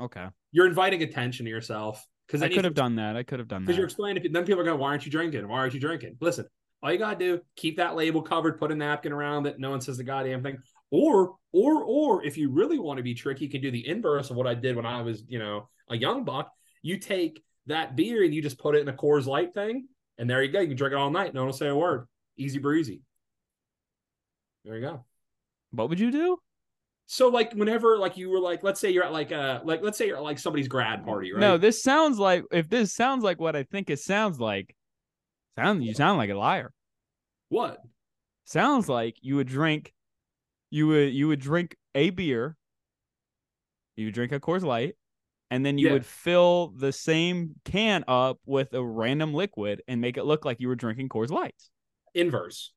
Okay. You're inviting attention to yourself because I could have done that. I could have done Because you're that. explaining, if- then people are going, "Why aren't you drinking? Why aren't you drinking?" Listen, all you gotta do keep that label covered, put a napkin around it. No one says the goddamn thing. Or, or, or, if you really want to be tricky, you can do the inverse of what I did when I was, you know, a young buck. You take that beer and you just put it in a Coors Light thing, and there you go. You can drink it all night. No one will say a word. Easy breezy. There you go. What would you do? So, like, whenever, like, you were like, let's say you're at like a, like, let's say you're at like somebody's grad party, right? No, this sounds like if this sounds like what I think it sounds like, sound you sound like a liar. what? Sounds like you would drink you would you would drink a beer, you would drink a Coors Light, and then you Yeah. would fill the same can up with a random liquid and make it look like you were drinking Coors Lights. inverse.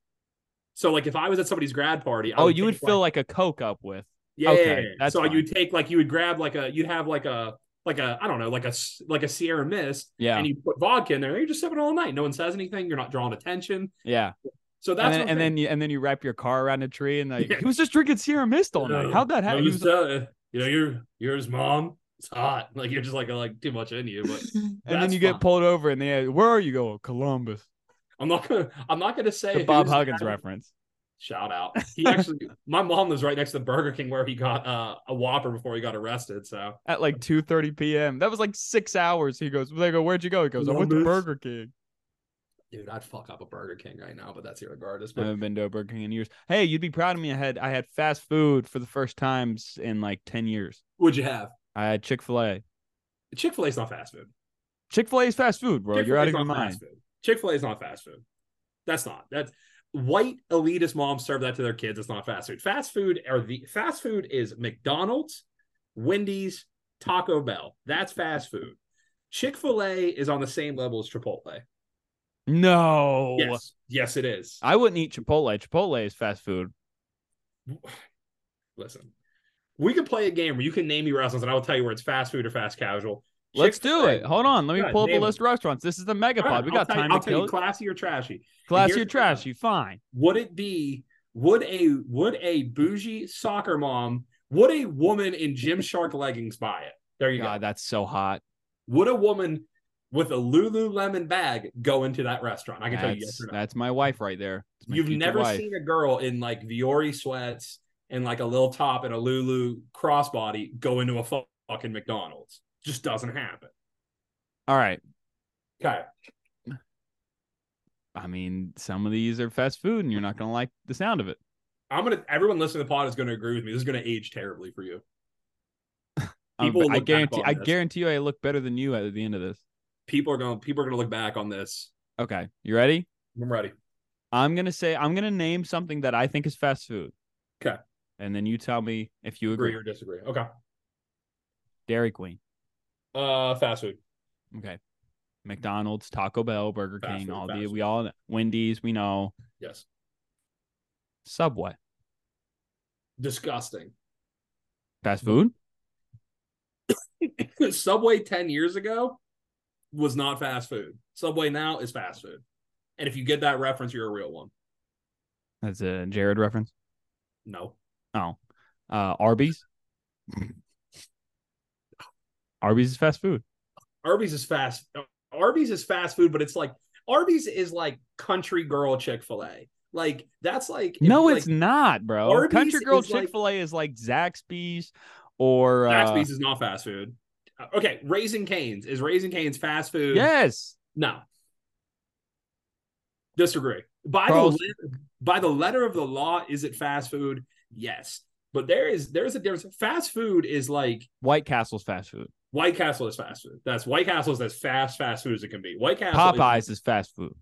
So like if I was at somebody's grad party, I Oh, you would take, fill like a Coke up with. yeah, okay, yeah, yeah, yeah. that's so fine. you'd take like you would grab like a you'd have like a like a I don't know like a s- like a Sierra Mist, Yeah. and you put vodka in there. You're just sipping all night. No one says anything. You're not drawing attention. yeah. So that's And then, what and then you and then you wrap your car around a tree and like Yeah. he was just drinking Sierra Mist all night. How'd that happen? He was- uh, you know, you're you're his mom. It's hot. Like you're just like like too much in you, but and then That's you get fine. pulled over and they where are you going? Columbus. I'm not gonna I'm not gonna say The Bob who's- Huggins reference. Shout out. He actually, my mom lives right next to Burger King where he got uh, a Whopper before he got arrested. So At like 2:30 p.m. That was like six hours. He goes, they go, where'd you go? He goes, I went to Columbus. Burger King. Dude, I'd fuck up a Burger King right now, but that's irregardless. I But haven't been to a Burger King in years. Hey, you'd be proud of me. I had I had fast food for the first time s- in like 10 years. would you have I had Chick-fil-A. Chick Fil A's not fast food? Chick-fil-A is fast food, bro. You're out of your mind. Chick Fil A is not fast food. That's not that's white elitist moms serve that to their kids. It's not fast food. Fast food are the fast food is McDonald's, Wendy's, Taco Bell. That's fast food. Chick Fil A is on the same level as Chipotle. No. Yes, yes, it is. Oh. I wouldn't eat Chipotle. Chipotle is fast food. Listen, we could play a game where you can name me restaurants, and I will tell you where it's fast food or fast casual. Let's do Chick-fil-A- it. Hold on. Let me Yeah, pull up a name list of restaurants. This is the megapod. All right, we I'll got tell you- time I'll to tell you kill. it. classy or trashy. Classy here's or the thing. trashy? Fine. Would it be would a would a bougie soccer mom would a woman in Gymshark leggings buy it? There you God, go. that's so hot. Would a woman with a Lululemon bag go into that restaurant? I can tell you yes That's, or no. that's my wife right there. That's my You've future never wife. seen a girl in like Viore sweats and like a little top and a Lulu crossbody go into a fu- fucking McDonald's. Just doesn't happen. All right. Okay. I mean, some of these are fast food, and you're not gonna like the sound of it. I'm gonna everyone listening to the pod is gonna agree with me. This is gonna age terribly for you. Um, People but I look back guarantee. on I this. guarantee you, I look better than you at the end of this. People are gonna people are gonna look back on this. Okay, you ready? I'm ready. I'm gonna say I'm gonna name something that I think is fast food. 'Kay. And then you tell me if you Agree agree. or disagree. Okay. Dairy Queen. Uh, fast food. Okay. McDonald's, Taco Bell, Burger Fast King, food, all fast the food. we all know. Wendy's, we know. Yes. Subway. Disgusting. Fast food? Subway 10 years ago was not fast food. Subway now is fast food. And if you get that reference, you're a real one. That's a Jared reference. No. Oh. Uh Arby's. Arby's is fast food. Arby's is fast. Arby's is fast food, but it's like Arby's is like country girl Chick Fil A. Like that's like if No, you, it's like, not, bro. Arby's Country Girl is like- Chick Fil A is like Zaxby's or uh, Zaxby's is not fast food. Uh, Okay, Raising Canes is Raising Canes fast food? Yes, No. Disagree. By Carl's- the le- by the letter of the law, is it fast food? Yes, but there is there is a difference. Fast food is like White Castle's fast food. White Castle is fast food. That's White Castle is as fast fast food as it can be. White Castle. is- Popeyes is fast food.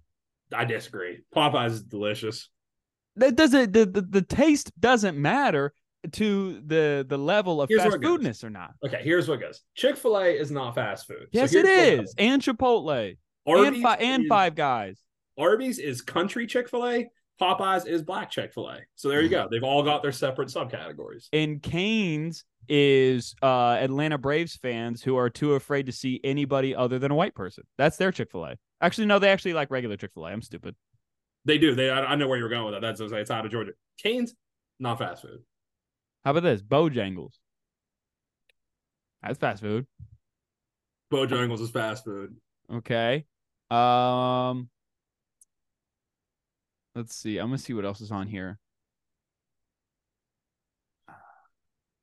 I disagree. Popeyes is delicious. That doesn't the, the, the taste doesn't matter to the the level of Here's fast where it goes. foodness or not. Okay, here's what goes. Chick Fil A is not fast food. So Yes, here's it what is, and Chipotle, Arby's and fi- and is- Five Guys. Arby's is country Chick Fil A. Popeyes is black Chick Fil A. So Hmm. there you go. They've all got their separate subcategories. and Canes is uh, Atlanta Braves fans who are too afraid to see anybody other than a white person. That's their Chick Fil A. Actually, no, they actually like regular Chick Fil A. I'm stupid. They do. They. I, I know where you're going with that. That's it's out of Georgia. Canes, not fast food. How about this? Bojangles. That's fast food. Bojangles is fast food. Okay. Um. Let's see. I'm gonna see what else is on here.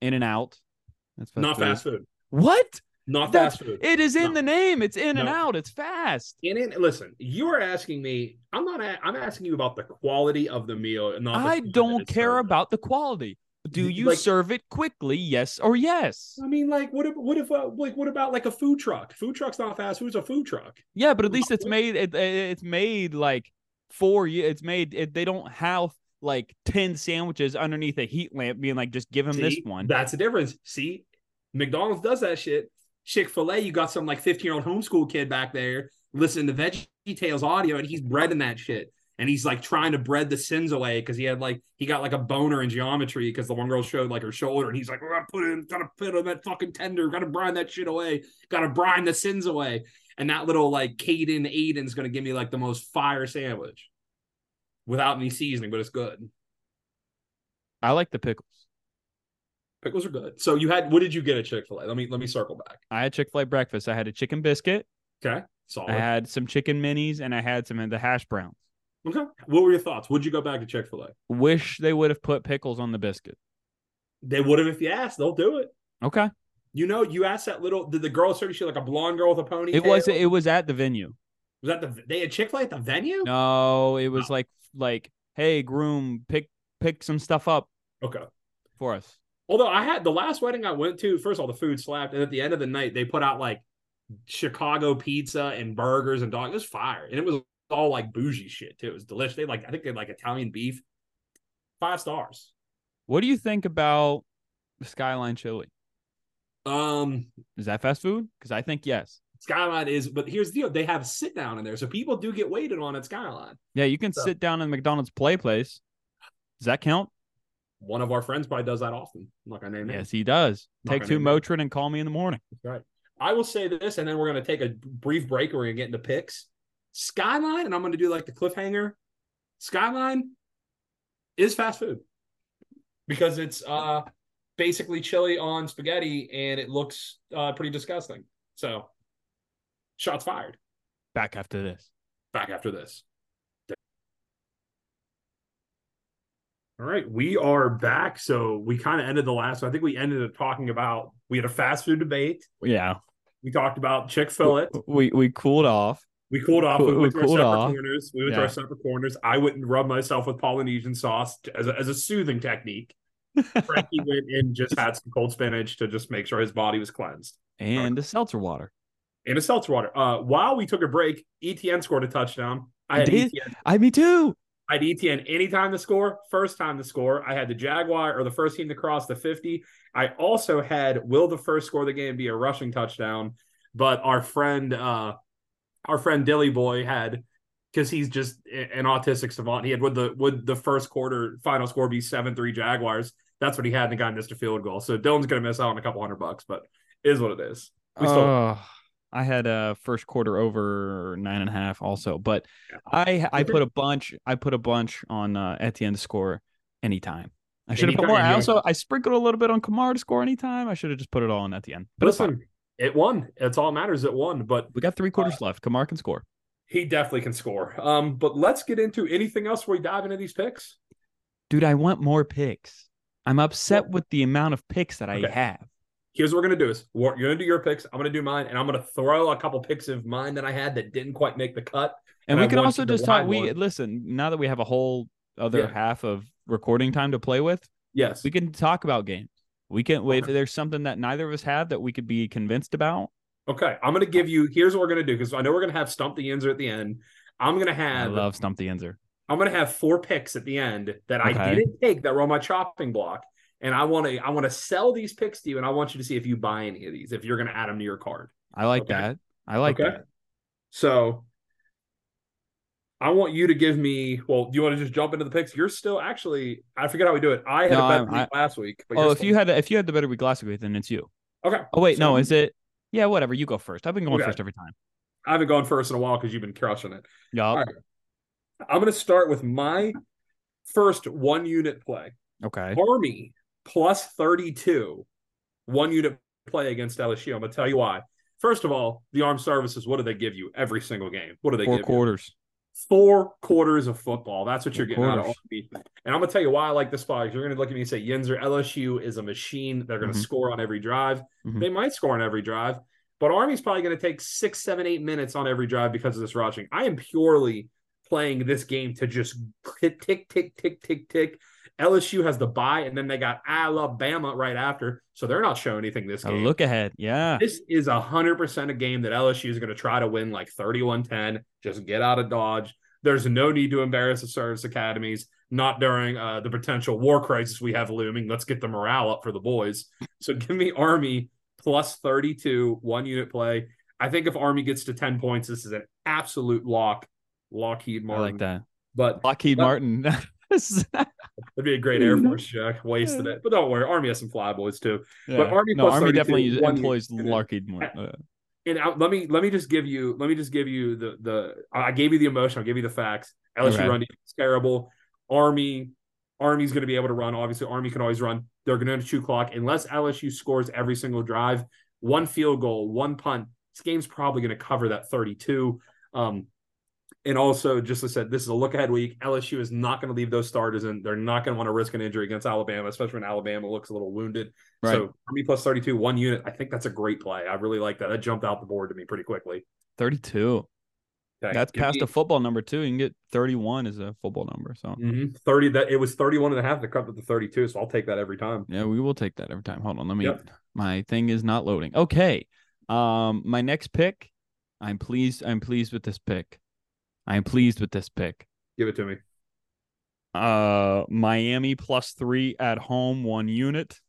In and out. That's fast not food. fast food. What? Not That's- fast food. It is in No. the name. It's in and No. out. It's fast. And it, listen, you are asking me. I'm not. A, I'm asking you about the quality of the meal. And not the I time that don't it's care served. about the quality. Do Y- you like- serve it quickly? Yes or yes? I mean, like, what if, what if, uh, like, what about like a food truck? Food truck's not fast food. It's a food truck. Yeah, but at least it's What? made. It, it- it's made like for you. It's made. It, they don't have like ten sandwiches underneath a heat lamp, being like, just give him this See? one. That's the difference. See, McDonald's does that shit. Chick Fil A, you got some like 15 year old homeschool kid back there listening to Veggie Tales audio, and he's breading that shit. And he's like trying to bread the sins away because he had like he got like a boner in geometry because the one girl showed like her shoulder, and he's like, "We're gonna put it in, gotta put it on that fucking tender, gotta brine that shit away, gotta brine the sins away." And that little like Caden Aiden's gonna give me like the most fire sandwich without any seasoning, but it's good. I like the pickles. Pickles are good. So you had what did you get at Chick Fil A? Let me let me circle back. I had Chick Fil A breakfast. I had a chicken biscuit. Okay, solid. I had some chicken minis, and I had some of the hash browns. okay, what were your thoughts? Would you go back to Chick Fil A? Wish they would have put pickles on the biscuit. They would have if you asked. They'll do it. Okay, You know, you asked that little. Did the girl serve you like a blonde girl with a ponytail? it was it was at the venue. Was that the they had Chick Fil A at the venue? No, it was like like hey groom, pick pick some stuff up Okay. for us. Although I had the last wedding I went to, first of all, the food slapped, and at the end of the night, they put out like Chicago pizza and burgers and dog. It was fire, and it was all like bougie shit too. It was delicious. They like I think they had, like Italian beef. Five stars. What do you think about the Skyline Chili? Um, Is that fast food? Because I think yes. Skyline is, but here's the deal: they have sit down in there, so people do get waited on at Skyline. Yeah, you can So- sit down in McDonald's play place. Does that count? One of our friends probably does that often. I'm not gonna name names. Yes, he does. Not Take gonna two name it. Motrin and call me in the morning. I will say this, and then we're gonna take a brief break. We're gonna get into picks. Skyline, and I'm gonna do like the cliffhanger. Skyline is fast food because it's uh basically chili on spaghetti, and it looks uh pretty disgusting. So, shots fired. Back after this. back after this. All right, we are back. So we kind of ended the last. I think we ended up talking about we had a fast food debate. Yeah. We talked about Chick Fil A. We we cooled off. We cooled off. Cool- we went we to cooled our separate off. corners. We went to Yeah. our separate corners. I went and rubbed myself with Polynesian sauce t- as a, as a soothing technique. Frankie went and just had some cold spinach to just make sure his body was cleansed. And the seltzer water. And a seltzer water. Uh, while we took a break, ETN scored a touchdown. I had E Did- ETN I me too. I had ETN E anytime to score, first time to score. I had the Jaguar or the first team to cross the 50. I also had will the first score of the game be a rushing touchdown? But our friend, uh, our friend Dilly Boy had because he's just a- an autistic savant. He had would the would the first quarter final score be seven three Jaguars? That's what he had, and the guy missed a field goal. So Dylan's gonna miss out on a couple hundred bucks, but it is what it is. We still- Ugh. I had a first quarter over nine and a half also, but I I Okay. put a bunch I put a bunch on uh, Etienne to score anytime. I should have put Anytime, more. I yeah. also I sprinkled a little bit on Kamara to score anytime. I should have just put it all on Etienne. But it's fine. Listen, it won. That's all that matters. It won. But we got three quarters left. Kamara can score. He definitely can score. Um, but let's get into anything else where we dive into these picks. Dude, I want more picks. I'm upset with the amount of picks that I Okay. have. Here's what we're gonna do: is we're- you're gonna do your picks. I'm gonna do mine, and I'm gonna throw a couple picks of mine that I had that didn't quite make the cut. And, And we I can want also you to just talk. wide We one. listen now that we have a whole other Yeah. half of recording time to play with. Yes, We can talk about games. We can if Okay. there's something that neither of us have that we could be convinced about. Okay, I'm gonna give you. Here's what we're gonna do because I know we're gonna have stump the Enzer at the end. I'm gonna I have. love Stump the Enzer. I'm gonna have four picks at the end that Okay. I didn't take that were on my chopping block, and I want to. I want to sell these picks to you, and I want you to see if you buy any of these. If you're gonna add them to your card, I like Okay. that. I like Okay. that. so I want you to give me. Well, do you want to just jump into the picks? You're still actually. I forget how we do it. I had No, a bet I'm- than you last week. But Oh, you're if still- you had if you had the better week last week, then it's you. okay. Oh wait, no, So- is it? Yeah, whatever. You go first. I've been going Okay. first every time. I haven't gone first in a while because you've been crushing it. Yup. right. I'm gonna start with my first one unit play. Okay. Army plus 32, one unit play against LSU. I'm going to tell you why. First of all, the armed services, what do they give you every single game? What do they Four give quarters. you? Four quarters of football. That's what you're Four getting out of Army. And I'm going to tell you why I like this spot. You're going to look at me and say, Yenzer, LSU is a machine. They're going to Mhm. score on every drive. Mhm. They might score on every drive, but Army's probably going to take six, seven, eight minutes on every drive because of this rushing. I am purely playing this game to just tick, tick, tick, tick, tick, tick. LSU has the bye, and then they got Alabama right after, so they're not showing anything this A game. look ahead. Yeah. This is 100% a game that LSU is going to try to win like 31 10. Just get out of Dodge. There's no need to embarrass the service academies, not during uh, the potential war crisis we have looming. Let's get the morale up for the boys. So give me Army plus 32, one unit play. I think if Army gets to 10 points, this is an absolute lock. Lockheed I Martin. like that. But Lockheed Well- Martin. yeah. it'd be a great Air Force check. Wasted it. But don't worry, Army has some fly boys too. Army no, plus Army 32, definitely one year. employs Lockheed Martin. Uh, and I, let me let me just give you let me just give you the the I gave you the emotion. I'll give you the facts. LSU Okay. run defense is terrible. Army Army's going to be able to run. Obviously, Army can always run. They're going to chew clock unless LSU scores every single drive. One field goal, one punt. This game's probably going to cover that thirty-two. Um, and also, just as I said, this is a look ahead week. LSU is not going to leave those starters in. They're not going to want to risk an injury against Alabama, especially when Alabama looks a little wounded. right. So Army plus 32, one unit. I think that's a great play. I really like that. That jumped out the board to me pretty quickly. 32. Okay. That's Give past me- a football number too. You can get 31 as a football number. So Mhm. 30 that it was 31 and a half to cut to the 32, so I'll take that every time. yeah, we will take that every time. Hold on, let me. Yep. My thing is not loading. Okay. Um, my next pick. I'm pleased. I'm pleased with this pick. I'm pleased with this pick. Give it to me. Uh, Miami plus three at home, one unit.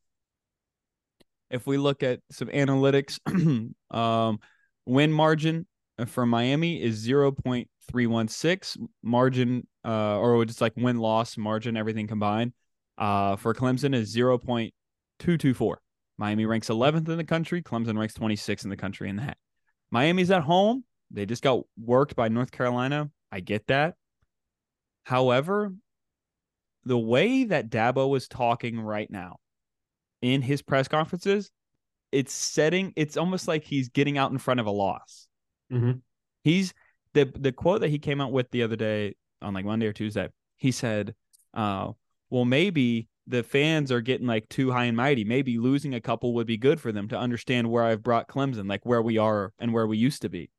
If we look at some analytics, um, win margin for Miami is zero point three one six margin, uh, or just like win loss margin, everything combined. Uh, for Clemson is zero point two two four. Miami ranks eleventh in the country. Clemson ranks twenty sixth in the country in that. Miami's at home. They just got worked by North Carolina. I get that. However, the way that Dabo is talking right now in his press conferences, it's setting, it's almost like he's getting out in front of a loss. Mm-hmm. Mhm. He's the the quote that he came out with the other day on like Monday or Tuesday. He said, uh, well, maybe the fans are getting like too high and mighty. Maybe losing a couple would be good for them to understand where I've brought Clemson, like where we are and where we used to be.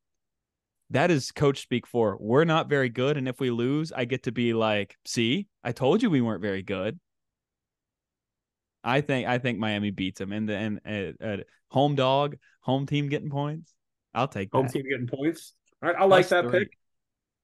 That is coach speak for we're not very good. And if we lose, I get to be like, see, I told you we weren't very good. I think I think Miami beats them and the and uh, uh, home dog home team getting points. I'll take Home that. team getting points. All right, I like Plus that three. pick.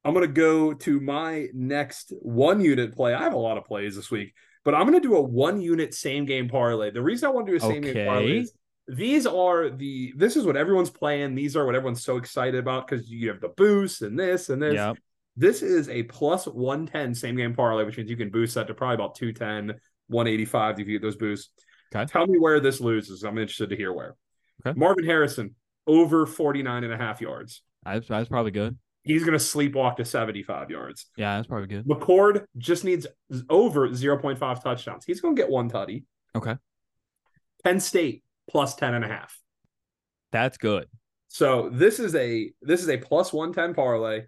I'm going to go to my next one unit play. I have a lot of plays this week, but I'm going to do a one unit same game parlay. The reason I want to do a same Okay. game parlay is these are the this is what everyone's playing. These are what everyone's so excited about because you have the boost and this and this. Yep. This is a plus 110 same game parlay, which means you can boost that to probably about 210, 185 if you get those boosts. Okay. Tell me where this loses. I'm interested to hear where. Okay. Marvin Harrison, over 49 and a half yards. That's, that's probably good. He's going to sleepwalk to 75 yards. Yeah, that's probably good. McCord just needs z- over 0.5 touchdowns. He's going to get one tutty. Okay. Penn State, plus 10 and a half. That's good. So this is a this is a plus 110 parlay.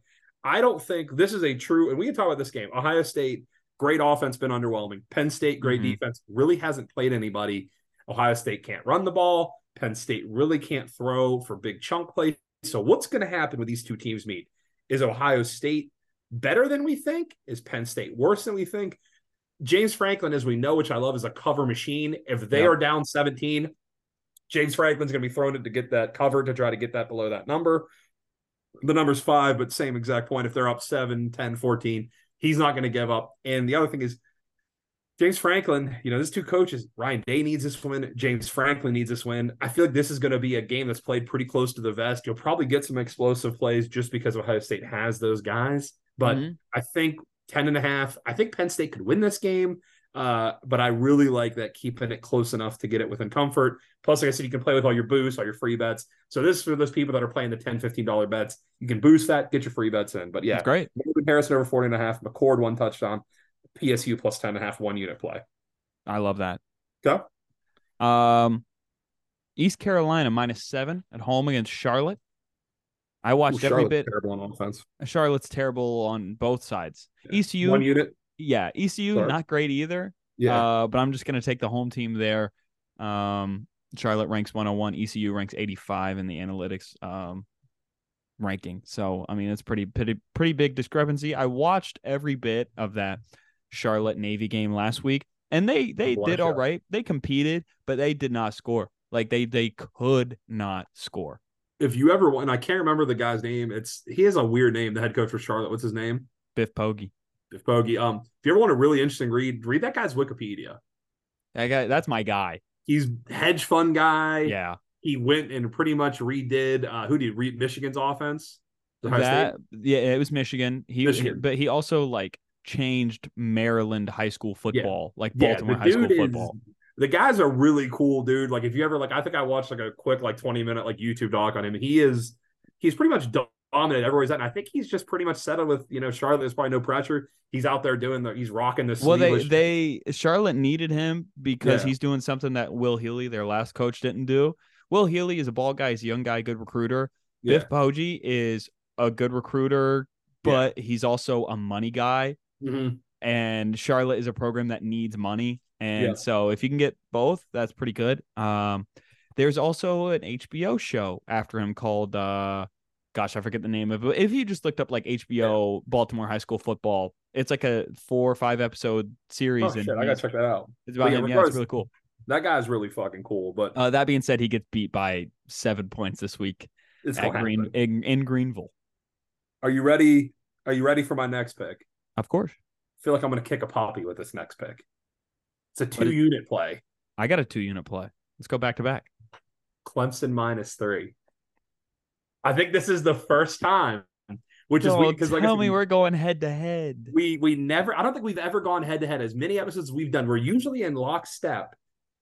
I don't think this is a true, and we can talk about this game. Ohio State, great offense, been underwhelming. Penn State, great Mhm. defense, really hasn't played anybody. Ohio State can't run the ball. Penn State really can't throw for big chunk plays. So, what's going to happen when these two teams meet? Is Ohio State better than we think? Is Penn State worse than we think? James Franklin, as we know, which I love, is a cover machine. If they Yeah. are down 17, James Franklin's going to be thrown it to get that cover to try to get that below that number. The number's five, but same exact point. If they're up 7, 10, 14, he's not going to give up. And the other thing is, James Franklin, you know, there's two coaches. Ryan Day needs this win. James Franklin needs this win. I feel like this is going to be a game that's played pretty close to the vest. You'll probably get some explosive plays just because Ohio State has those guys. But Mhm. I think 10 and a half. I think Penn State could win this game. Uh, but I really like that keeping it close enough to get it within comfort. Plus, like I said, you can play with all your boosts, all your free bets. So this is for those people that are playing the 10 $15 bets. You can boost that, get your free bets in. But yeah, That's great. Marvin Harrison over 40 and a half, McCord one touchdown, PSU plus 10 and a half, one unit play. I love that. Okay. Um, East Carolina minus seven at home against Charlotte. I watched Ooh, every Charlotte's bit. terrible on offense. Charlotte's terrible on both sides. ECU, One unit. yeah, ECU Sorry. not great either. Yeah. Uh, but I'm just gonna take the home team there. Um, Charlotte ranks 101. ECU E ranks 85 in the analytics um ranking. So I mean, it's pretty pretty pretty big discrepancy. I watched every bit of that Charlotte Navy game last week, and they they Watch did all out. right. They competed, but they did not score. Like they they could not score. if you ever want, and I can't remember the guy's name. It's he has a weird name, the head coach for Charlotte. What's his name? Biff Poggi. If Bogey. Um, if you ever want a really interesting read, read that guy's Wikipedia. That guy, that's my guy. He's hedge fund guy. Yeah, He went and pretty much redid uh who did he read Michigan's offense? Ohio that yeah, it was Michigan. He Michigan. but he also like changed Maryland high school football, like Yeah, Baltimore the high school dude is- football. the guy's a really cool dude. Like if you ever like, I think I watched like a quick like twenty minute like YouTube doc on him. He is he's pretty much dominant everywhere he's at. And I think he's just pretty much settled with you know Charlotte. There's probably no pressure. He's out there doing the he's rocking the Well, they sleeveless- they Charlotte needed him because Yeah. he's doing something that Will Healy, their last coach, didn't do. Will Healy is a ball guy, he's a young guy, good recruiter. yeah. Biff Poggi is a good recruiter, Yeah. but he's also a money guy. Mhm. And Charlotte is a program that needs money, and Yeah. so if you can get both, that's pretty good. Um, there's also an HBO show after him called, uh, gosh, I forget the name of it. If you just looked up like HBO Baltimore high school football, it's like a four or five episode series, Oh, and shit, I he's- gotta check that out. it's about But yeah, him. Yeah, it's regardless- really cool. That guy's really fucking cool, but Uh, that being said, he gets beat by seven points this week it's at gonna Green happen. in, in Greenville. Are you ready? Are you ready for my next pick? I Of course, feel like I'm gonna kick a poppy with this next pick. It's a is- two unit play. I got a two unit play. Let's go back to back. Clemson minus three. I think this is the first time, which is weird because like I tell said, me we're going head to head. we we never I don't think we've ever gone head to head as many episodes as we've done. We're usually in lockstep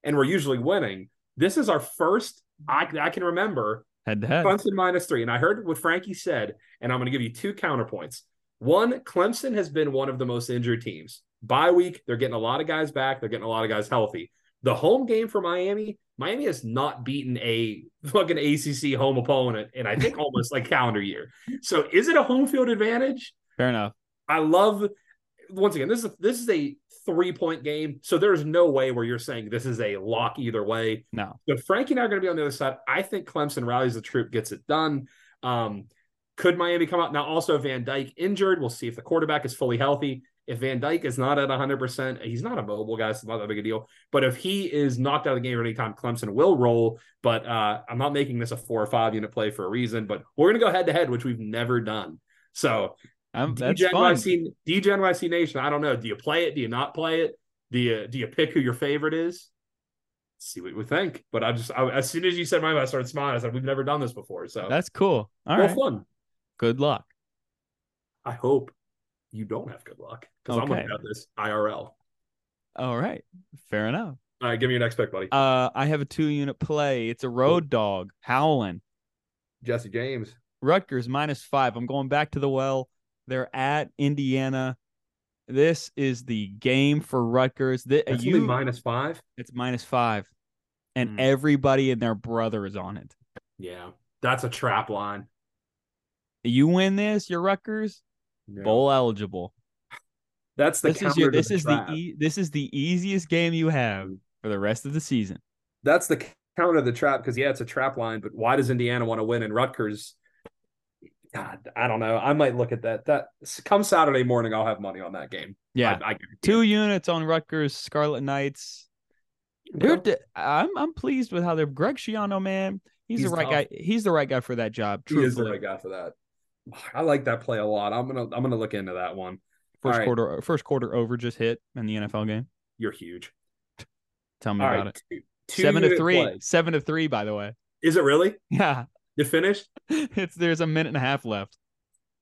and we're usually winning. This is our first I, I can remember Head to head. Clemson minus three. And I heard what Frankie said, and I'm going to give you two counterpoints. One, Clemson has been one of the most injured teams. Bye week, they're getting a lot of guys back. They're getting a lot of guys healthy. The home game for Miami, Miami has not beaten a fucking ACC home opponent in I think almost like calendar year. So is it a home field advantage? Fair enough. I love once again, this is this is a three point game. So there's no way where you're saying this is a lock either way. No. But Frankie and I are gonna be on the other side. I think Clemson rallies the troop, gets it done. Um, could Miami come out now? Also, Van Dyke injured. We'll see if the quarterback is fully healthy. If Van Dyke is not at 100%, he's not a mobile guy. It's not that big a deal. But if he is knocked out of the game at any time, Clemson will roll. But uh, I'm not making this a four or five unit play for a reason. But we're going to go head to head, which we've never done. So I'm, that's fun. DGNYC, DGNYC Nation. I don't know. Do you play it? Do you not play it? Do you do you pick who your favorite is? See what we think. But I just I, as soon as you said my name, I started smiling. I said we've never done this before, so That's cool. All well right. fun. Good luck. I hope you don't have good luck because I'm Okay. looking at this IRL. All right. Fair enough. All right, give me your next pick, buddy. Uh, I have a two unit play. It's a road dog howling. Jesse James. Rutgers minus five. I'm going back to the well. They're at Indiana. This is the game for Rutgers. Thi- That's you- only minus five. it's minus five, and Mm. everybody and their brother is on it. Yeah, that's a trap line. You win this, your Rutgers. No. bowl eligible. That's the Hmm. This is counter your, to this is trap. the e- this is the easiest game you have for the rest of the season. that's the counter to the trap because yeah, it's a trap line. But why does Indiana want to win? And Rutgers, God, I don't know. I might look at that. That come Saturday morning, I'll have money on that game. Yeah, I, I, two units on Rutgers Scarlet Knights. They're Well, di- I'm I'm pleased with how they're Greg Schiano, man. He's, He's the right tough. guy. He's the right guy for that job. he is the truthfully. right guy for that. I like that play a lot. I'm gonna I'm gonna look into that one. First Alright. quarter first quarter over just hit in the NFL game. You're huge. Tell me All about right, two, it. Seven to unit three. play. Seven to three, by the way. Is it really? Yeah. You finished? It's there's a minute and a half left.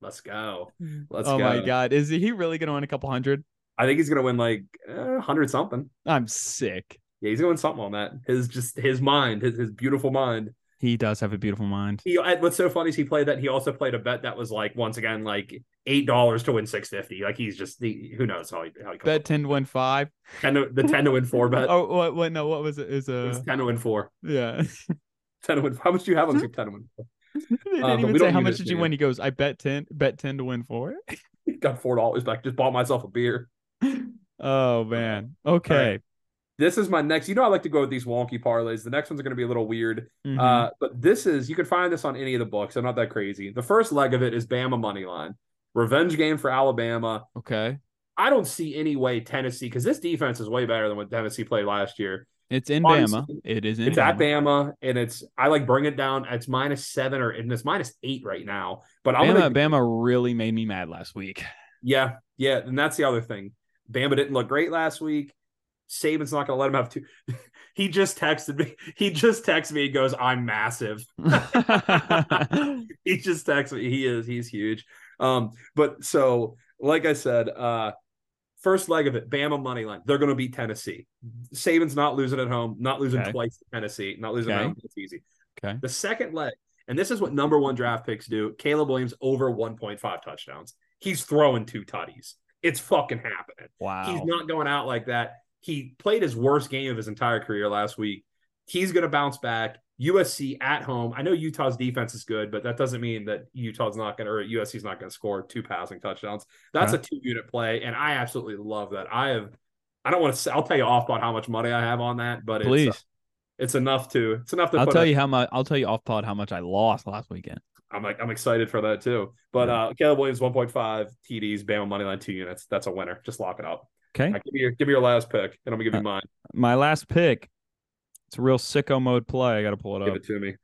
Let's go. Let's oh go. my god. Is he really gonna win a couple hundred? I think he's gonna win like uh, hundred something. I'm sick. Yeah, he's going something on that. His just his mind, his, his beautiful mind. He does have a beautiful mind. He and what's so funny is he played that. He also played a bet that was like once again like eight dollars to win six fifty. Like he's just he, who knows how he how he comes Bet up. ten to win five. ten to, the ten to win four bet. Oh what what no, what was it? Is It uh was ten to win four. yeah. Ten to win. How much do you have on Scoop? ten to win? Four? they didn't but we even say don't how need much this did you here. win. He goes, I bet ten bet ten to win four. Got four dollars back. Just bought myself a beer. oh man. Okay. This is my next. You know, I like to go with these wonky parlays. The next one's going to be a little weird. Mhm. Uh, but this is you can find this on any of the books. I'm not that crazy. The first leg of it is Bama money line, revenge game for Alabama. okay. I don't see any way Tennessee because this defense is way better than what Tennessee played last year. It's in honestly, Bama. It is in It's Bama. at Bama and it's I like bring it down. It's minus seven or and it's minus eight right now. But I'm Bama, gonna Bama really made me mad last week. yeah yeah, and that's the other thing. Bama didn't look great last week. Saban's not gonna let him have two. he just texted me. He just texted me. He goes, "I'm massive." yeah, he just texted me. He is. He's huge. Um, but so like I said, uh, first leg of it, Bama money line. They're going to beat Tennessee. Saban's not losing at home. Not losing Okay. twice to Tennessee. Not losing Okay. at home. It's easy. Okay. The second leg, and this is what number one draft picks do. Caleb Williams over 1.5 touchdowns. He's throwing two tutties. It's fucking happening. wow. He's not going out like that. He played his worst game of his entire career last week. He's going to bounce back. USC at home. I know Utah's defense is good, but that doesn't mean that Utah's not going to or USC's not going to score two passing touchdowns. Uh-huh. That's a two unit play, and I absolutely love that. I have. I don't want to. say I'll tell you off about how much money I have on that, but Please, it's uh, it's enough to it's enough to. I'll put tell a- you how much. I'll tell you off pod how much I lost last weekend. I'm like I'm excited for that too. But Yeah. uh Caleb Williams 1.5 TDs, Bama money line two units. That's a winner. Just lock it up. Okay, All right, give me your give me your last pick, and I'm gonna give you Uh, mine. my last pick. It's a real sicko mode play. I got to pull it Give up. it to me.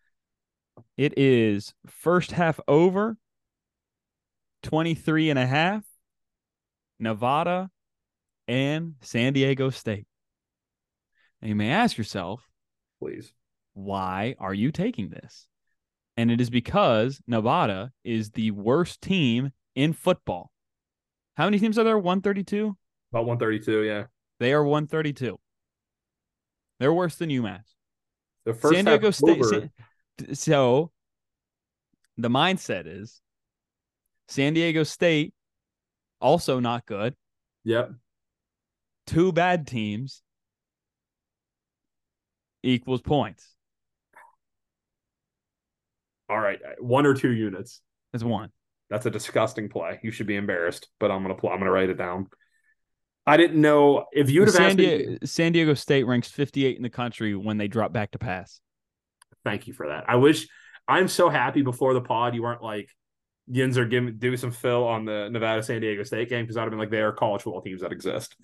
It is first half over 23 and a half, Nevada and San Diego State. And you may ask yourself, please. why are you taking this? And it is because Nevada is the worst team in football. How many teams are there? 132? About 132, yeah. They are 132. They're worse than UMass. The first San Diego half State. over, San- d- so the mindset is San Diego State, also not good. Yep. Two bad teams equals points. All right. One or two units. That's one. That's a disgusting play. You should be embarrassed, but I'm gonna pl- I'm gonna write it down. I didn't know if you would have San, asked me- Diego, San Diego State ranks 58 in the country when they drop back to pass. Thank you for that. I wish I'm so happy before the pod you weren't like Yinzer give me- do some fill on the Nevada San Diego State game because I'd have been like there are college football teams that exist.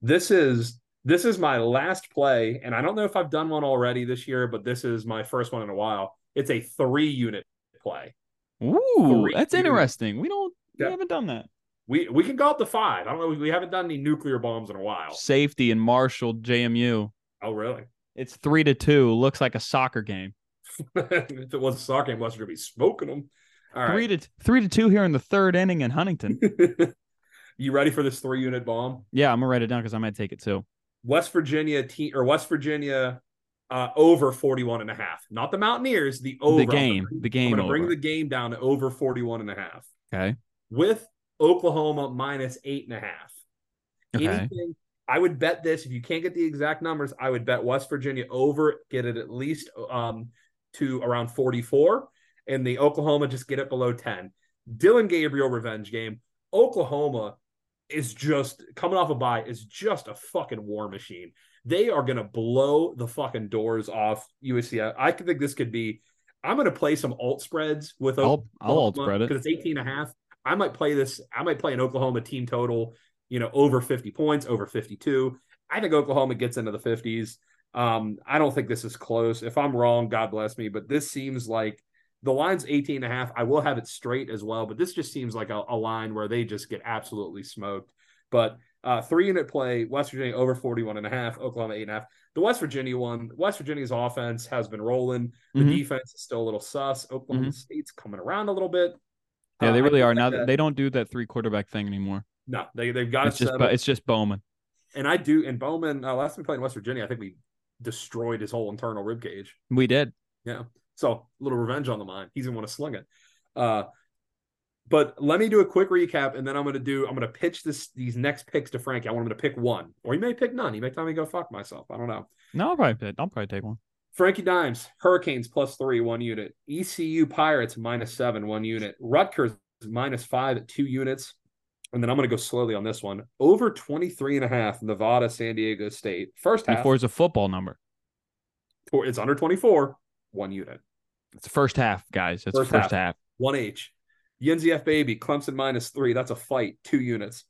This is this is my last play, and I don't know if I've done one already this year, but this is my first one in a while. It's a three unit play. Ooh, Three that's units. interesting. We don't Yeah. we haven't done that. We we can go up to five. I don't know. We, we haven't done any nuclear bombs in a while. Safety and Marshall JMU. Oh, really? It's three to two. Looks like a soccer game. if it was a soccer game, Western would be smoking them. All three right. to three to two here in the third inning in Huntington. you ready for this three unit bomb? Yeah, I'm gonna write it down because I might take it too. West Virginia team or West Virginia uh, over 41 and a half. Not the Mountaineers, the over. the game, the I'm game going to over. bring the game down to over 41 and a half okay, with Oklahoma minus eight and a half. okay. Anything, I would bet this. If you can't get the exact numbers, I would bet West Virginia over, get it at least um, to around 44, and the Oklahoma just get it below 10. Dylan Gabriel revenge game. Oklahoma is just coming off a bye is just a fucking war machine. They are gonna blow the fucking doors off USC. I could think this could be. I'm gonna play some alt spreads with I'll, I'll alt Oklahoma, spread it. because it's 18 and a half. I might play this. I might play an Oklahoma team total, you know, over 50 points, over 52. I think Oklahoma gets into the 50s. Um, I don't think this is close. If I'm wrong, God bless me, but this seems like the line's 18 and a half. I will have it straight as well, but this just seems like a, a line where they just get absolutely smoked. But uh, three unit play, West Virginia over 41 and a half, Oklahoma eight and a half. The West Virginia one, West Virginia's offense has been rolling. The Mhm. defense is still a little sus. Oklahoma State's coming around a little bit. Mm-hmm. Yeah, Uh, they I really think are now. that- That, they don't do that three quarterback thing anymore. no, they they've got It's it just settled. Bo- it's just Bowman. and I do. And Bowman, uh, last time we played in West Virginia, I think we destroyed his whole internal rib cage. We did. So a little revenge on the mind. He's gonna want to sling it. Uh, but let me do a quick recap, and then I'm gonna do. I'm gonna pitch this these next picks to Frankie. I want him to pick one, or he may pick none. He may tell me to go fuck myself. I don't know. No, I'll probably I'll probably take one. Frankie Dimes, Hurricanes plus three, one unit. ECU Pirates minus seven, one unit. Rutgers minus five at two units. And then I'm going to go slowly on this one. Over 23 and a half, Nevada, San Diego State. First half, 24 is a football number. tw- it's under 24, one unit. It's the first half, guys. It's First the first half. 1H. Yenzief Baby, Clemson minus three. That's a fight, two units.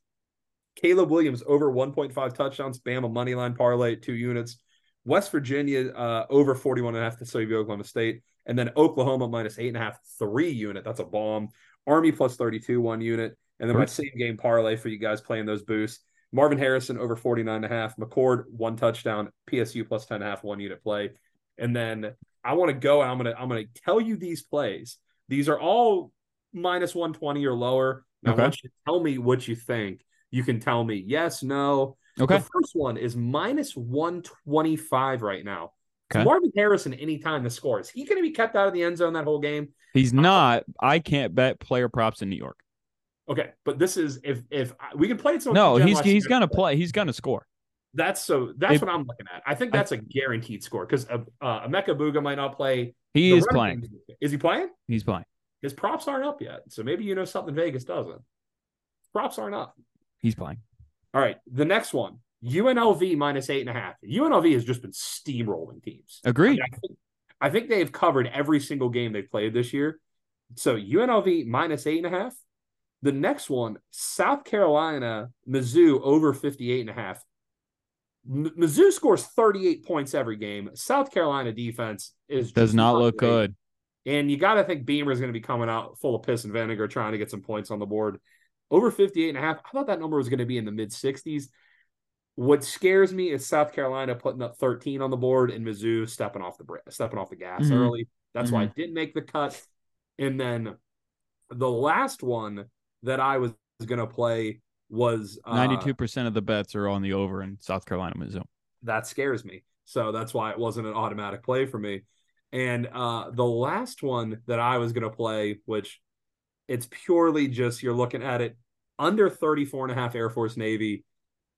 Caleb Williams over 1.5 touchdowns. Bama money line parlay, two units. West Virginia uh, over 41 and a half to save Oklahoma State. And then Oklahoma minus eight and a half, three unit. That's a bomb. Army plus 32, one unit. And then my same game parlay for you guys playing those boosts. Marvin Harrison over 49 and a half. McCord, one touchdown. PSU plus 10 and a half, one unit play. And then I want to go and I'm gonna I'm gonna tell you these plays. These are all minus 120 or lower. And Okay. I want you to tell me what you think. You can tell me yes, no. Okay. The first one is minus 125 right now. Okay. Marvin Harrison, anytime the score, is he going to be kept out of the end zone that whole game? He's not. I can't bet player props in New York. Okay, but this is if if I, we can play it. so No, Jen he's watched he's it. gonna play. He's gonna score. That's so. That's If- what I'm looking at. I think I- that's a guaranteed score because uh, uh, Emeka Buga might not play. He The is running playing. game- Is he playing? He's playing. His props aren't up yet, so maybe you know something Vegas doesn't. Props aren't up. He's playing. All right, the next one. UNLV minus eight and a half. UNLV has just been steamrolling teams. Agreed. I think, I think they've covered every single game they've played this year. So UNLV minus eight and a half. The next one, South Carolina, Mizzou over 58 and a half. M- Mizzou scores 38 points every game. South Carolina defense is Does just not look great. good. And you got to think Beamer is going to be coming out full of piss and vinegar trying to get some points on the board. Over 58 and a half. I thought that number was going to be in the mid 60s. What scares me is South Carolina putting up 13 on the board and Mizzou stepping off the br- stepping off the gas Mhm. early. That's why I didn't make the cut. And then the last one that I was going to play was uh, Ninety-two percent of the bets are on the over in South Carolina, Mizzou. that scares me. So that's why it wasn't an automatic play for me. And uh, the last one that I was going to play, which it's purely just you're looking at it under 34 and a half Air Force Navy.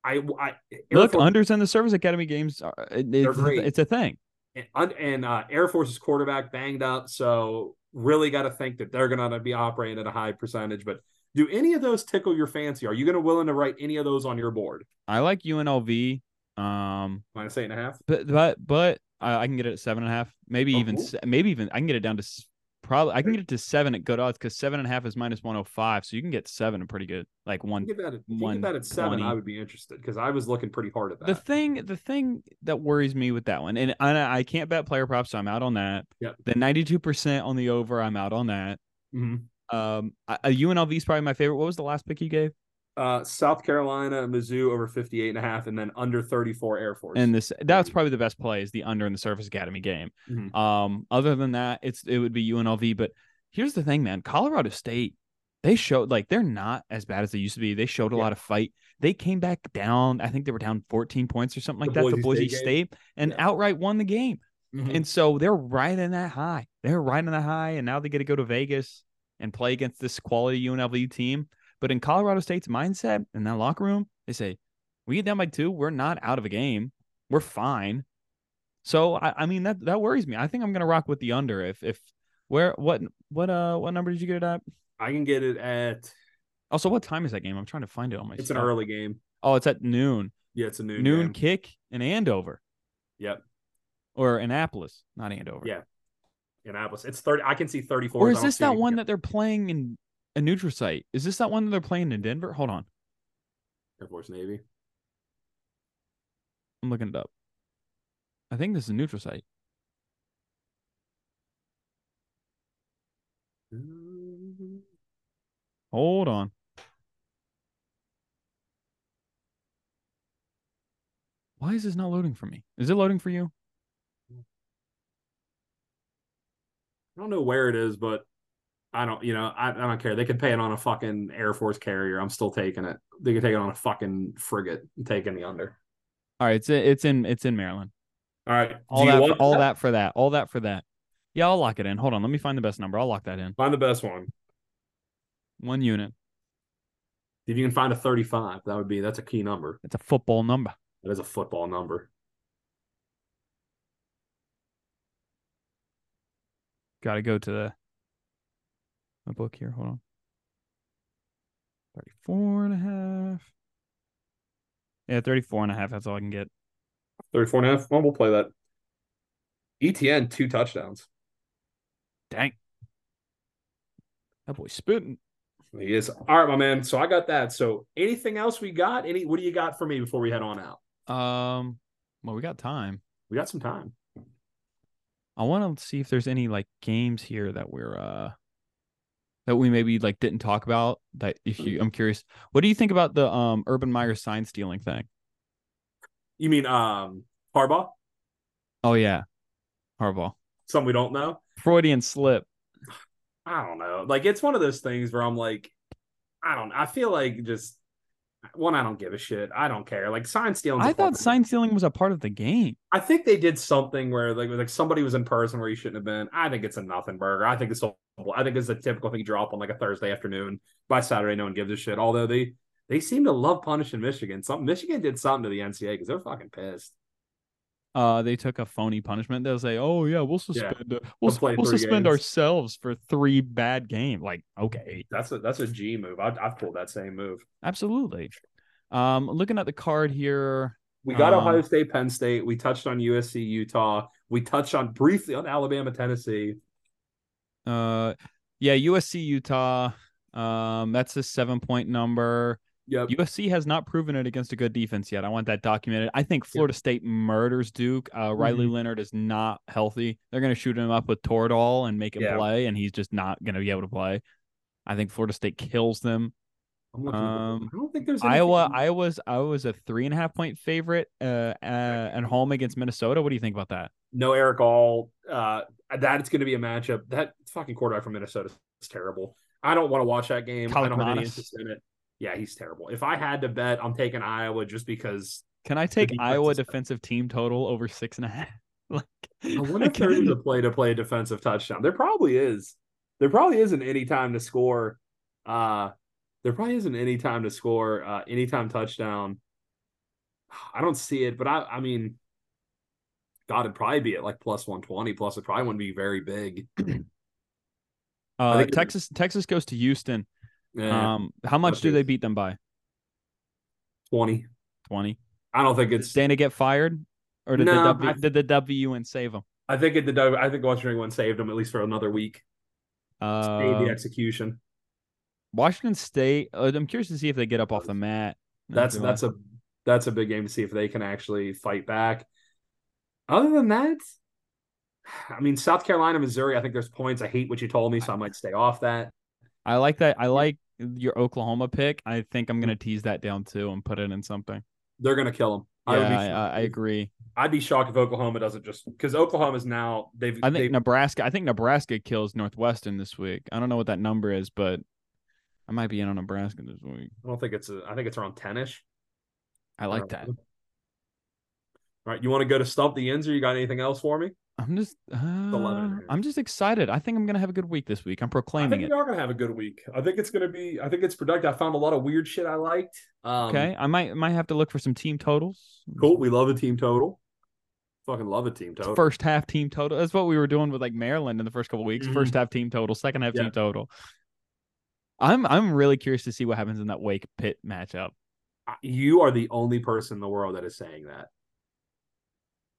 I, I Air Look, Force- unders in the Service Academy games. Are, it- it's, great. it's a thing. and, un- and uh, Air Force's quarterback banged up, so really got to think that they're going to be operating at a high percentage. But do any of those tickle your fancy? Are you going to willing to write any of those on your board? I like UNLV. Um, Minus eight and a half. but but but I, I can get it at seven and a half, maybe Oh, even cool. se- maybe even I can get it down to s- probably I can get it to seven at good odds because seven and a half is minus one hundred five, so you can get seven at pretty good like If one. you get that at, if you get that at seven, 120. I would be interested because I was looking pretty hard at that. The thing the thing that worries me with that one, and I, I can't bet player props, so I'm out on that. Yep. The ninety two percent on the over, I'm out on that. Mhm. Um, I, I- UNLV is probably my favorite. What was the last pick you gave? Uh, South Carolina, Mizzou over 58 and a half, and then under 34 Air Force. And this that's probably the best play is the under in the Service Academy game. Mhm. Um, other than that, it's it would be UNLV. But here's the thing, man: Colorado State, they showed like they're not as bad as they used to be. They showed a Yeah. lot of fight. They came back down. I think they were down 14 points or something like The that to Boise Boise State game. State, and Yeah. outright won the game. Mhm. And so they're right in that high. They're right in that high, and now they get to go to Vegas and play against this quality UNLV team. But in Colorado State's mindset in that locker room, they say, "We get down by two, we're not out of a game. We're fine." So I, I mean that that worries me. I think I'm gonna rock with the under. If if where what what uh what number did you get it at? I can get it at Also, what time is that game? I'm trying to find it on my. It's an phone. early game. Oh, it's at noon. Yeah, it's a noon. noon game. kick in Andover. Yep. Or Annapolis, not Andover. Yeah, Annapolis. It's thirty. I can see thirty-four. Or is this that one that they're playing in a neutral site? Is this that one that they're playing in Denver? Hold on. Air Force Navy? I'm looking it up. I think this is a neutral site. Mm, Hold on. Why is this not loading for me? Is it loading for you? I don't know where it is, but I don't. You know, I, I don't care. They could pay it on a fucking Air Force carrier. I'm still taking it. They could take it on a fucking frigate. I'm taking the under. All right, it's it's in it's in Maryland. All right. All do you that want for, all that for that. All that for that. Yeah, I'll lock it in. Hold on, let me find the best number. I'll lock that in. Find the best one. One unit. If you can find a 35, that would be that's a key number. It's a football number. That is a football number. Got to go to the my book here. Hold on. 34 and a half. Yeah, 34 and a half. That's all I can get. 34 and a half. Well, we'll play that. ETN, two touchdowns. Dang. That boy's spitting. He is. All right, my man. So I got that. So anything else we got? Any what do you got for me before we head on out? Um, well, we got time. We got some time. I want to see if there's any like games here that we're uh that we maybe like didn't talk about. That if you, I'm curious. What do you think about the um Urban Meyer sign stealing thing? You mean um Harbaugh? Oh yeah, Harbaugh, Some we don't know? Freudian slip. I don't know. Like it's one of those things where I'm like, I don't I feel like just one, I don't give a shit. I don't care. Like sign stealing. I thought sign stealing was a part of the game. I think they did something where like like somebody was in person where he shouldn't have been. I think it's a nothing burger. I think it's a, I think it's a typical thing you drop on like a Thursday afternoon. By Saturday, no one gives a shit. Although they they seem to love punishing Michigan. Some Michigan did something to the NCAA because they're fucking pissed. Uh, they took a phony punishment. They'll say, "Oh yeah, we'll suspend. uh, We'll, We'll play we'll three suspend games." ourselves for three bad games." Like, okay, That's a that's a G move. I've, I've pulled that same move. absolutely. Um, looking at the card here, We got Um, Ohio State, Penn State. We touched on USC, Utah. We touched on briefly on Alabama, Tennessee. uh, yeah, USC Utah. Um, that's a seven point number. Yep. USC has not proven it against a good defense yet. I want that documented. I think Florida State murders Duke. Uh, Riley Mm-hmm. Leonard is not healthy. They're going to shoot him up with Toradol and make him Yeah. play, and he's just not going to be able to play. I think Florida State kills them. I'm looking at the- um, I don't think there's Iowa, anything- Iowa's Iowa's a three and a half point favorite uh, uh, at home against Minnesota. What do you think about that? no Eric All. Uh, that it's going to be a matchup. That fucking quarterback from Minnesota is terrible. I don't want to watch that game. I Kalik don't have any Manis. interest in it. Yeah, he's terrible. If I had to bet, I'm taking Iowa just because. Can I take defense Iowa is better. defensive team total over six and a half? like, Uh, I wonder if there is a play to play a defensive touchdown. There probably is. There probably isn't any time to score. Uh, there probably isn't any time to score uh, anytime touchdown. I don't see it, but I, I mean, God, it'd probably be at like plus 120. Plus, it probably wouldn't be very big. uh, think it- Texas Texas goes to Houston. Yeah, Um, how much Must do be. they beat them by? 20. Twenty. I don't think Did it's. Dana get fired, or did the No, W I- did the WN save him? I think it. The, I think Washington one saved him at least for another week. Stayed Uh, the execution. Washington State. Uh, I'm curious to see if they get up off the mat. That's If they that's a that's a big game to see if they can actually fight back. Other than that, I mean South Carolina, Missouri. I think there's points. I hate what you told me, so I might stay off that. I like that. I like your Oklahoma pick. I think I'm gonna tease that down too and put it in something. They're gonna kill him. Yeah, would be I, I, shocked I if- agree. I'd be shocked if Oklahoma doesn't just because Oklahoma's now they've. I think they've Nebraska. I think Nebraska kills Northwestern this week. I don't know what that number is, but I might be in on Nebraska this week. I don't think it's. A, I think it's around ten ish. I like that. All right, you want to go to stump the ends, or you got anything else for me? I'm just. Uh, eleven here. I'm just excited. I think I'm gonna have a good week this week. I'm I proclaiming think it. we are gonna have a good week. I think it's gonna be. I think it's productive. I found a lot of weird shit I liked. Um, Okay, I might might have to look for some team totals. cool. We love a team total. Fucking love a team total. First half team total. That's what we were doing with like Maryland in the first couple weeks. Mhm. First half team total, second half Yeah. team total. I'm I'm really curious to see what happens in that Wake Pit matchup. You are the only person in the world that is saying that.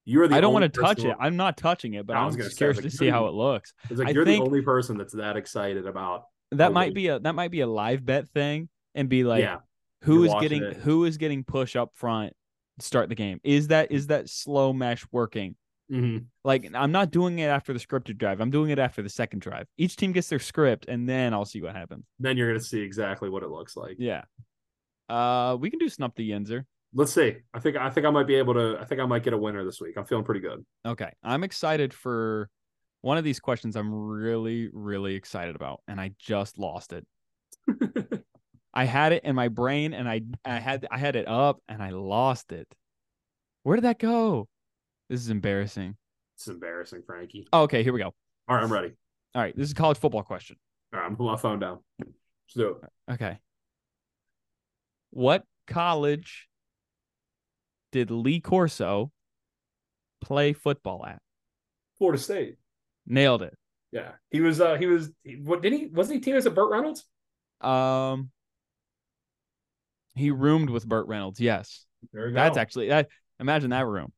You are the. I don't only want to touch person- it. I'm not touching it, but I I'm was gonna just say, curious like, to you're see the- how it looks. It's like I you're think- the only person that's that excited about. That the might Wake. be a that might be a live bet thing and be like yeah, who you're is watching getting it. who is getting push up front to start the game. Is that is that slow mesh working? Mhm. Like I'm not doing it after the scripted drive. I'm doing it after the second drive. Each team gets their script and then I'll see what happens. then you're gonna see exactly what it looks like. Yeah. Uh we can do snuff the Yenzer. Let's see. I think I think I might be able to. I think I might get a winner this week. I'm feeling pretty good. Okay. I'm excited for one of these questions I'm really, really excited about, and I just lost it. I had it in my brain and I I had I had it up and I lost it. Where did that go? This is embarrassing. It's embarrassing, Frankie. Oh, okay, here we go. All right, I'm ready. All right, this is a college football question. All right, I'm putting my phone down. Let's do it. Okay. What college did Lee Corso play football at? Florida State. Nailed it. Yeah, he was. uh He was. he- What did he? Wasn't he teammates with Burt Reynolds? Um he roomed with Burt Reynolds. Yes. There you go. That's actually that. Imagine that room.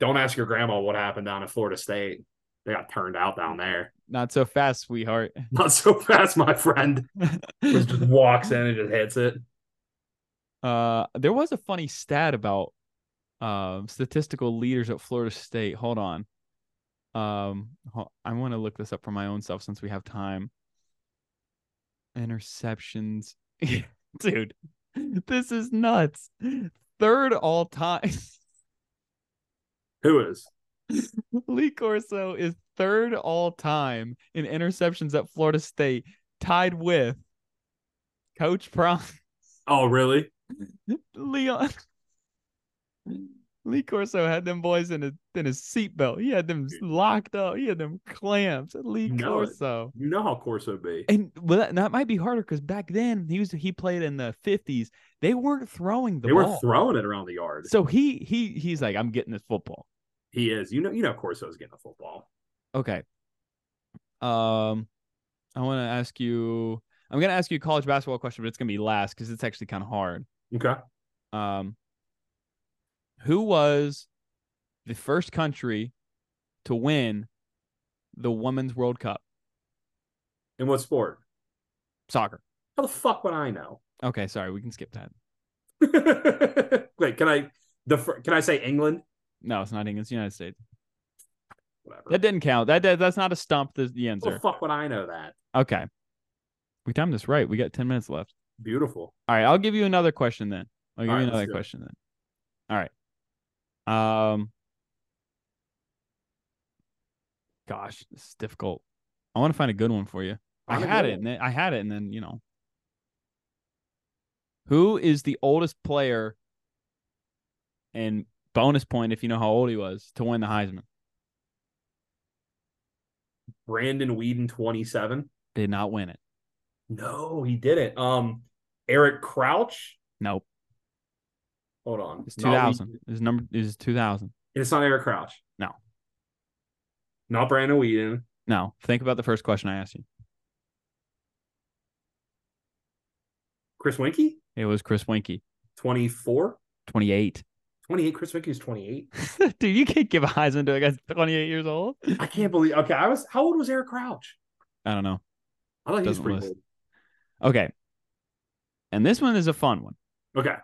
Don't ask your grandma what happened down at Florida State. They got turned out down there. Not so fast, sweetheart. Not so fast, my friend. Just just walks in and just hits it. uh, there was a funny stat about um statistical leaders at Florida State. Hold on. Um, ho- I want to look this up for my own self since we have time. Interceptions, dude. This is nuts. Third all time. Who is? Lee Corso is third all time in interceptions at Florida State, tied with Coach Prime Oh, really? Leon. Lee Corso had them boys in a in his seatbelt. He had them locked up. He had them clamps. Lee You know it. Corso. You know how Corso be. And well, that, that might be harder because back then he was he played in the fifties. They weren't throwing the they ball, were throwing it around the yard. so he he he's like, I'm getting this football. He is. You know. You know. Corso's getting a football. Okay. Um, I want to ask you. I'm gonna ask you a college basketball question, but it's gonna be last because it's actually kind of hard. Okay. Um, who was the first country to win the Women's World Cup In what sport? soccer? How the fuck would I know? Okay, sorry, we can skip that. Wait, can I? The fir- can I say England? No, it's not England. It's the United States. Whatever. That didn't count. That, that that's not a stump. The, the How the answer. fuck would I know that? Okay, we timed this right. We got ten minutes left. Beautiful. All right, I'll give you another question then. I'll give All you right, let's another do it. question then. All right. Um gosh, this is difficult. I want to find a good one for you. I Find a had good it one. and then I had it and then, you know. Who is the oldest player and bonus point if you know how old he was to win the Heisman? Brandon Whedon, twenty-seven. Did not win it. No, he didn't. Um, Eric Crouch. Nope. Hold on. It's Not 2000. Whedon. His number is 2000. It's not Eric Crouch. No. Not Brandon Whedon. No, think about the first question I asked you. Chris Winky, It was Chris Winky, 24. 28. 28. Chris Winky is 28. Dude, you can't give a Heisman to a guy that's 28 years old. I can't believe. Okay, I was. How old was Eric Crouch? I don't know. I thought he was Doesn't pretty list. old. Okay. And this one is a fun one. Okay.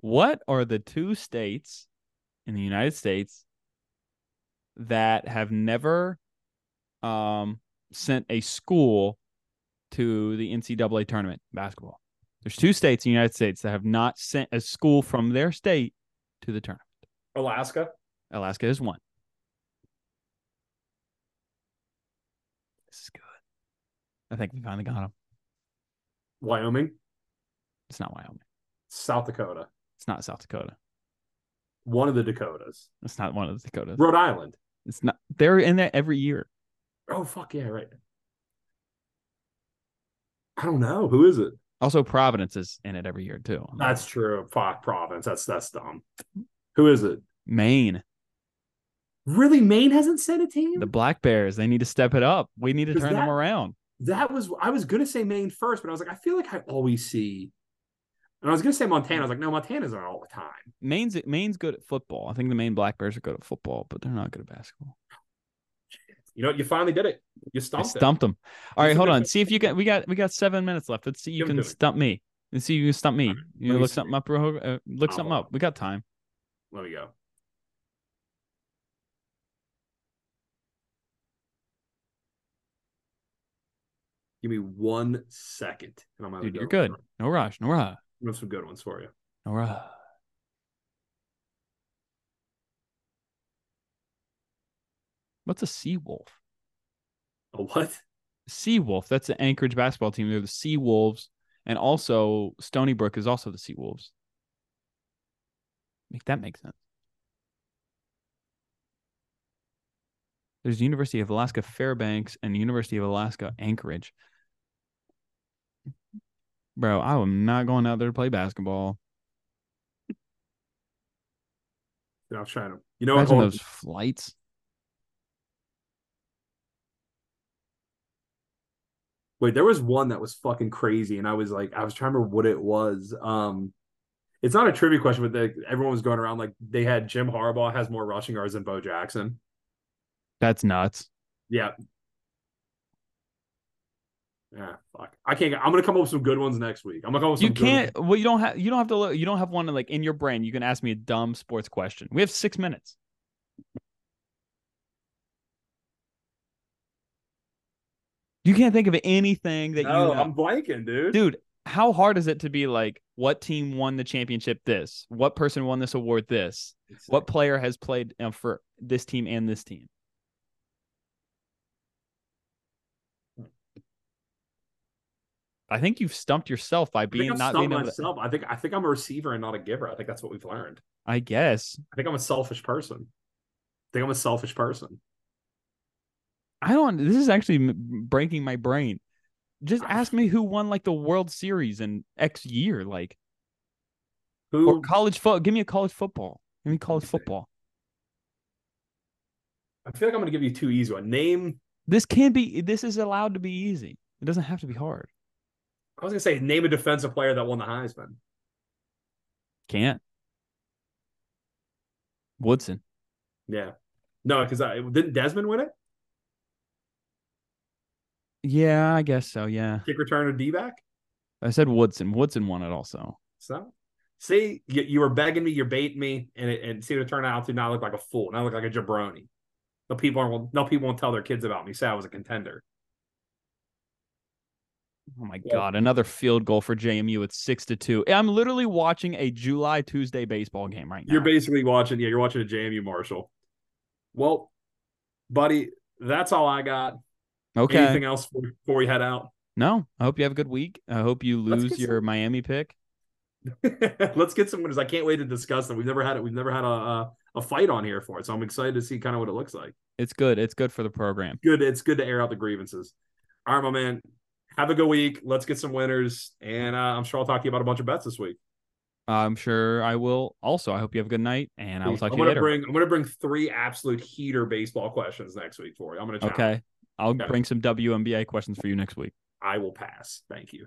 What are the two states in the United States that have never um, sent a school to the NCAA tournament basketball? There's two states in the United States that have not sent a school from their state to the tournament. Alaska. Alaska is one. This is good. I think we finally got him. Wyoming. It's not Wyoming. South Dakota. It's not South Dakota. One of the Dakotas. It's not one of the Dakotas. Rhode Island. It's not. They're in there every year. Oh fuck yeah, right. I don't know. Who is it? Also, Providence is in it every year too. That's true. Fuck Providence. That's that's dumb. Who is it? Maine. Really, Maine hasn't sent a team? The Black Bears. They need to step it up. We need to Is turn them that- around. That was I was gonna say Maine first, but I was like, I feel like I always see. And I was gonna say Montana. I was like, no, Montana's not all the time. Maine's Maine's good at football. I think the Maine Black Bears are good at football, but they're not good at basketball. You know, you finally did it. I You stumped, stumped them. All That's right, a hold good on. pick. See if you can. We got we got seven minutes left. Let's see. You Give 'em can to me. stump me and see if you can stump me. All right, You let know, me look see. Oh, something up. real- Uh, look I'll something hold up. We got time. it. Let me go. Give me one second, and I'm gonna have a Dude, you're one. good. No rush. No rush. I have some good ones for you. No rush. What's a sea wolf? A what? Sea wolf. That's the Anchorage basketball team. They're the Sea Wolves, and also Stony Brook is also the Sea Wolves. Make that make sense. There's University of Alaska Fairbanks and University of Alaska Anchorage. Bro, I am not going out there to play basketball. Dude, I was trying to. You know what? Imagine Hold on. those flights. Wait, there was one that was fucking crazy, and I was like, I was trying to remember what it was. Um, it's not a trivia question, but the, everyone was going around like they had Jim Harbaugh has more rushing yards than Bo Jackson. That's nuts. Yeah. Yeah, fuck. I can't. I'm gonna come up with some good ones next week. I'm gonna come up with some You good ones. can't. Well, you don't have. You don't have to. Look, you don't have one like in your brain. You can ask me a dumb sports question. We have six minutes. You can't think of anything that you. No, know. I'm blanking, dude. dude how hard is it to be like what team won the championship this what person won this award this It's- what player has played uh, for this team and this team i think you've stumped yourself by I think being I've not stumped being able to, myself. I think I think I'm a receiver and not a giver. I think that's what we've learned. i guess I think I'm a selfish person. I think I'm a selfish person. i don't this is actually m- breaking my brain just I- ask me who won like the world series in x year like or Who college football give me a college football give me college see. football I feel like I'm gonna give you two easy one. Name This can be. This is allowed to be easy. It doesn't have to be hard. I was gonna say name a defensive player that won the Heisman. Can't. Woodson. Yeah. No, because I didn't Desmond win it? Yeah, I guess so. Yeah, Kick return or D back? I said Woodson. Woodson won it also. So see, you, you were begging me, you're baiting me, and it, and see what it turned out to now I look like a fool. Now I look like a jabroni. No people aren't no people won't tell their kids about me. Say I was a contender. Oh my Yeah. god, another field goal for JMU at six to two. I'm literally watching a July Tuesday baseball game right now. You're basically watching, yeah, you're watching a JMU Marshall. Well, buddy, that's all I got. okay. Anything else before before we head out? no, I hope you have a good week. I hope you Let's lose get your Miami pick. Let's get some winners. I can't wait to discuss them. We've never had it. We've never had a, a a fight on here for it, so I'm excited to see kind of what it looks like. It's good. It's good for the program. Good. It's good to air out the grievances. All right, my man. Have a good week. Let's get some winners, and uh, I'm sure I'll talk to you about a bunch of bets this week. I'm sure I will. Also, I hope you have a good night, and I will talk to I'm you gonna later. bring I'm gonna bring three absolute heater baseball questions next week for you. I'm gonna challenge. okay, I'll Okay. bring some WNBA questions for you next week. I will pass. Thank you.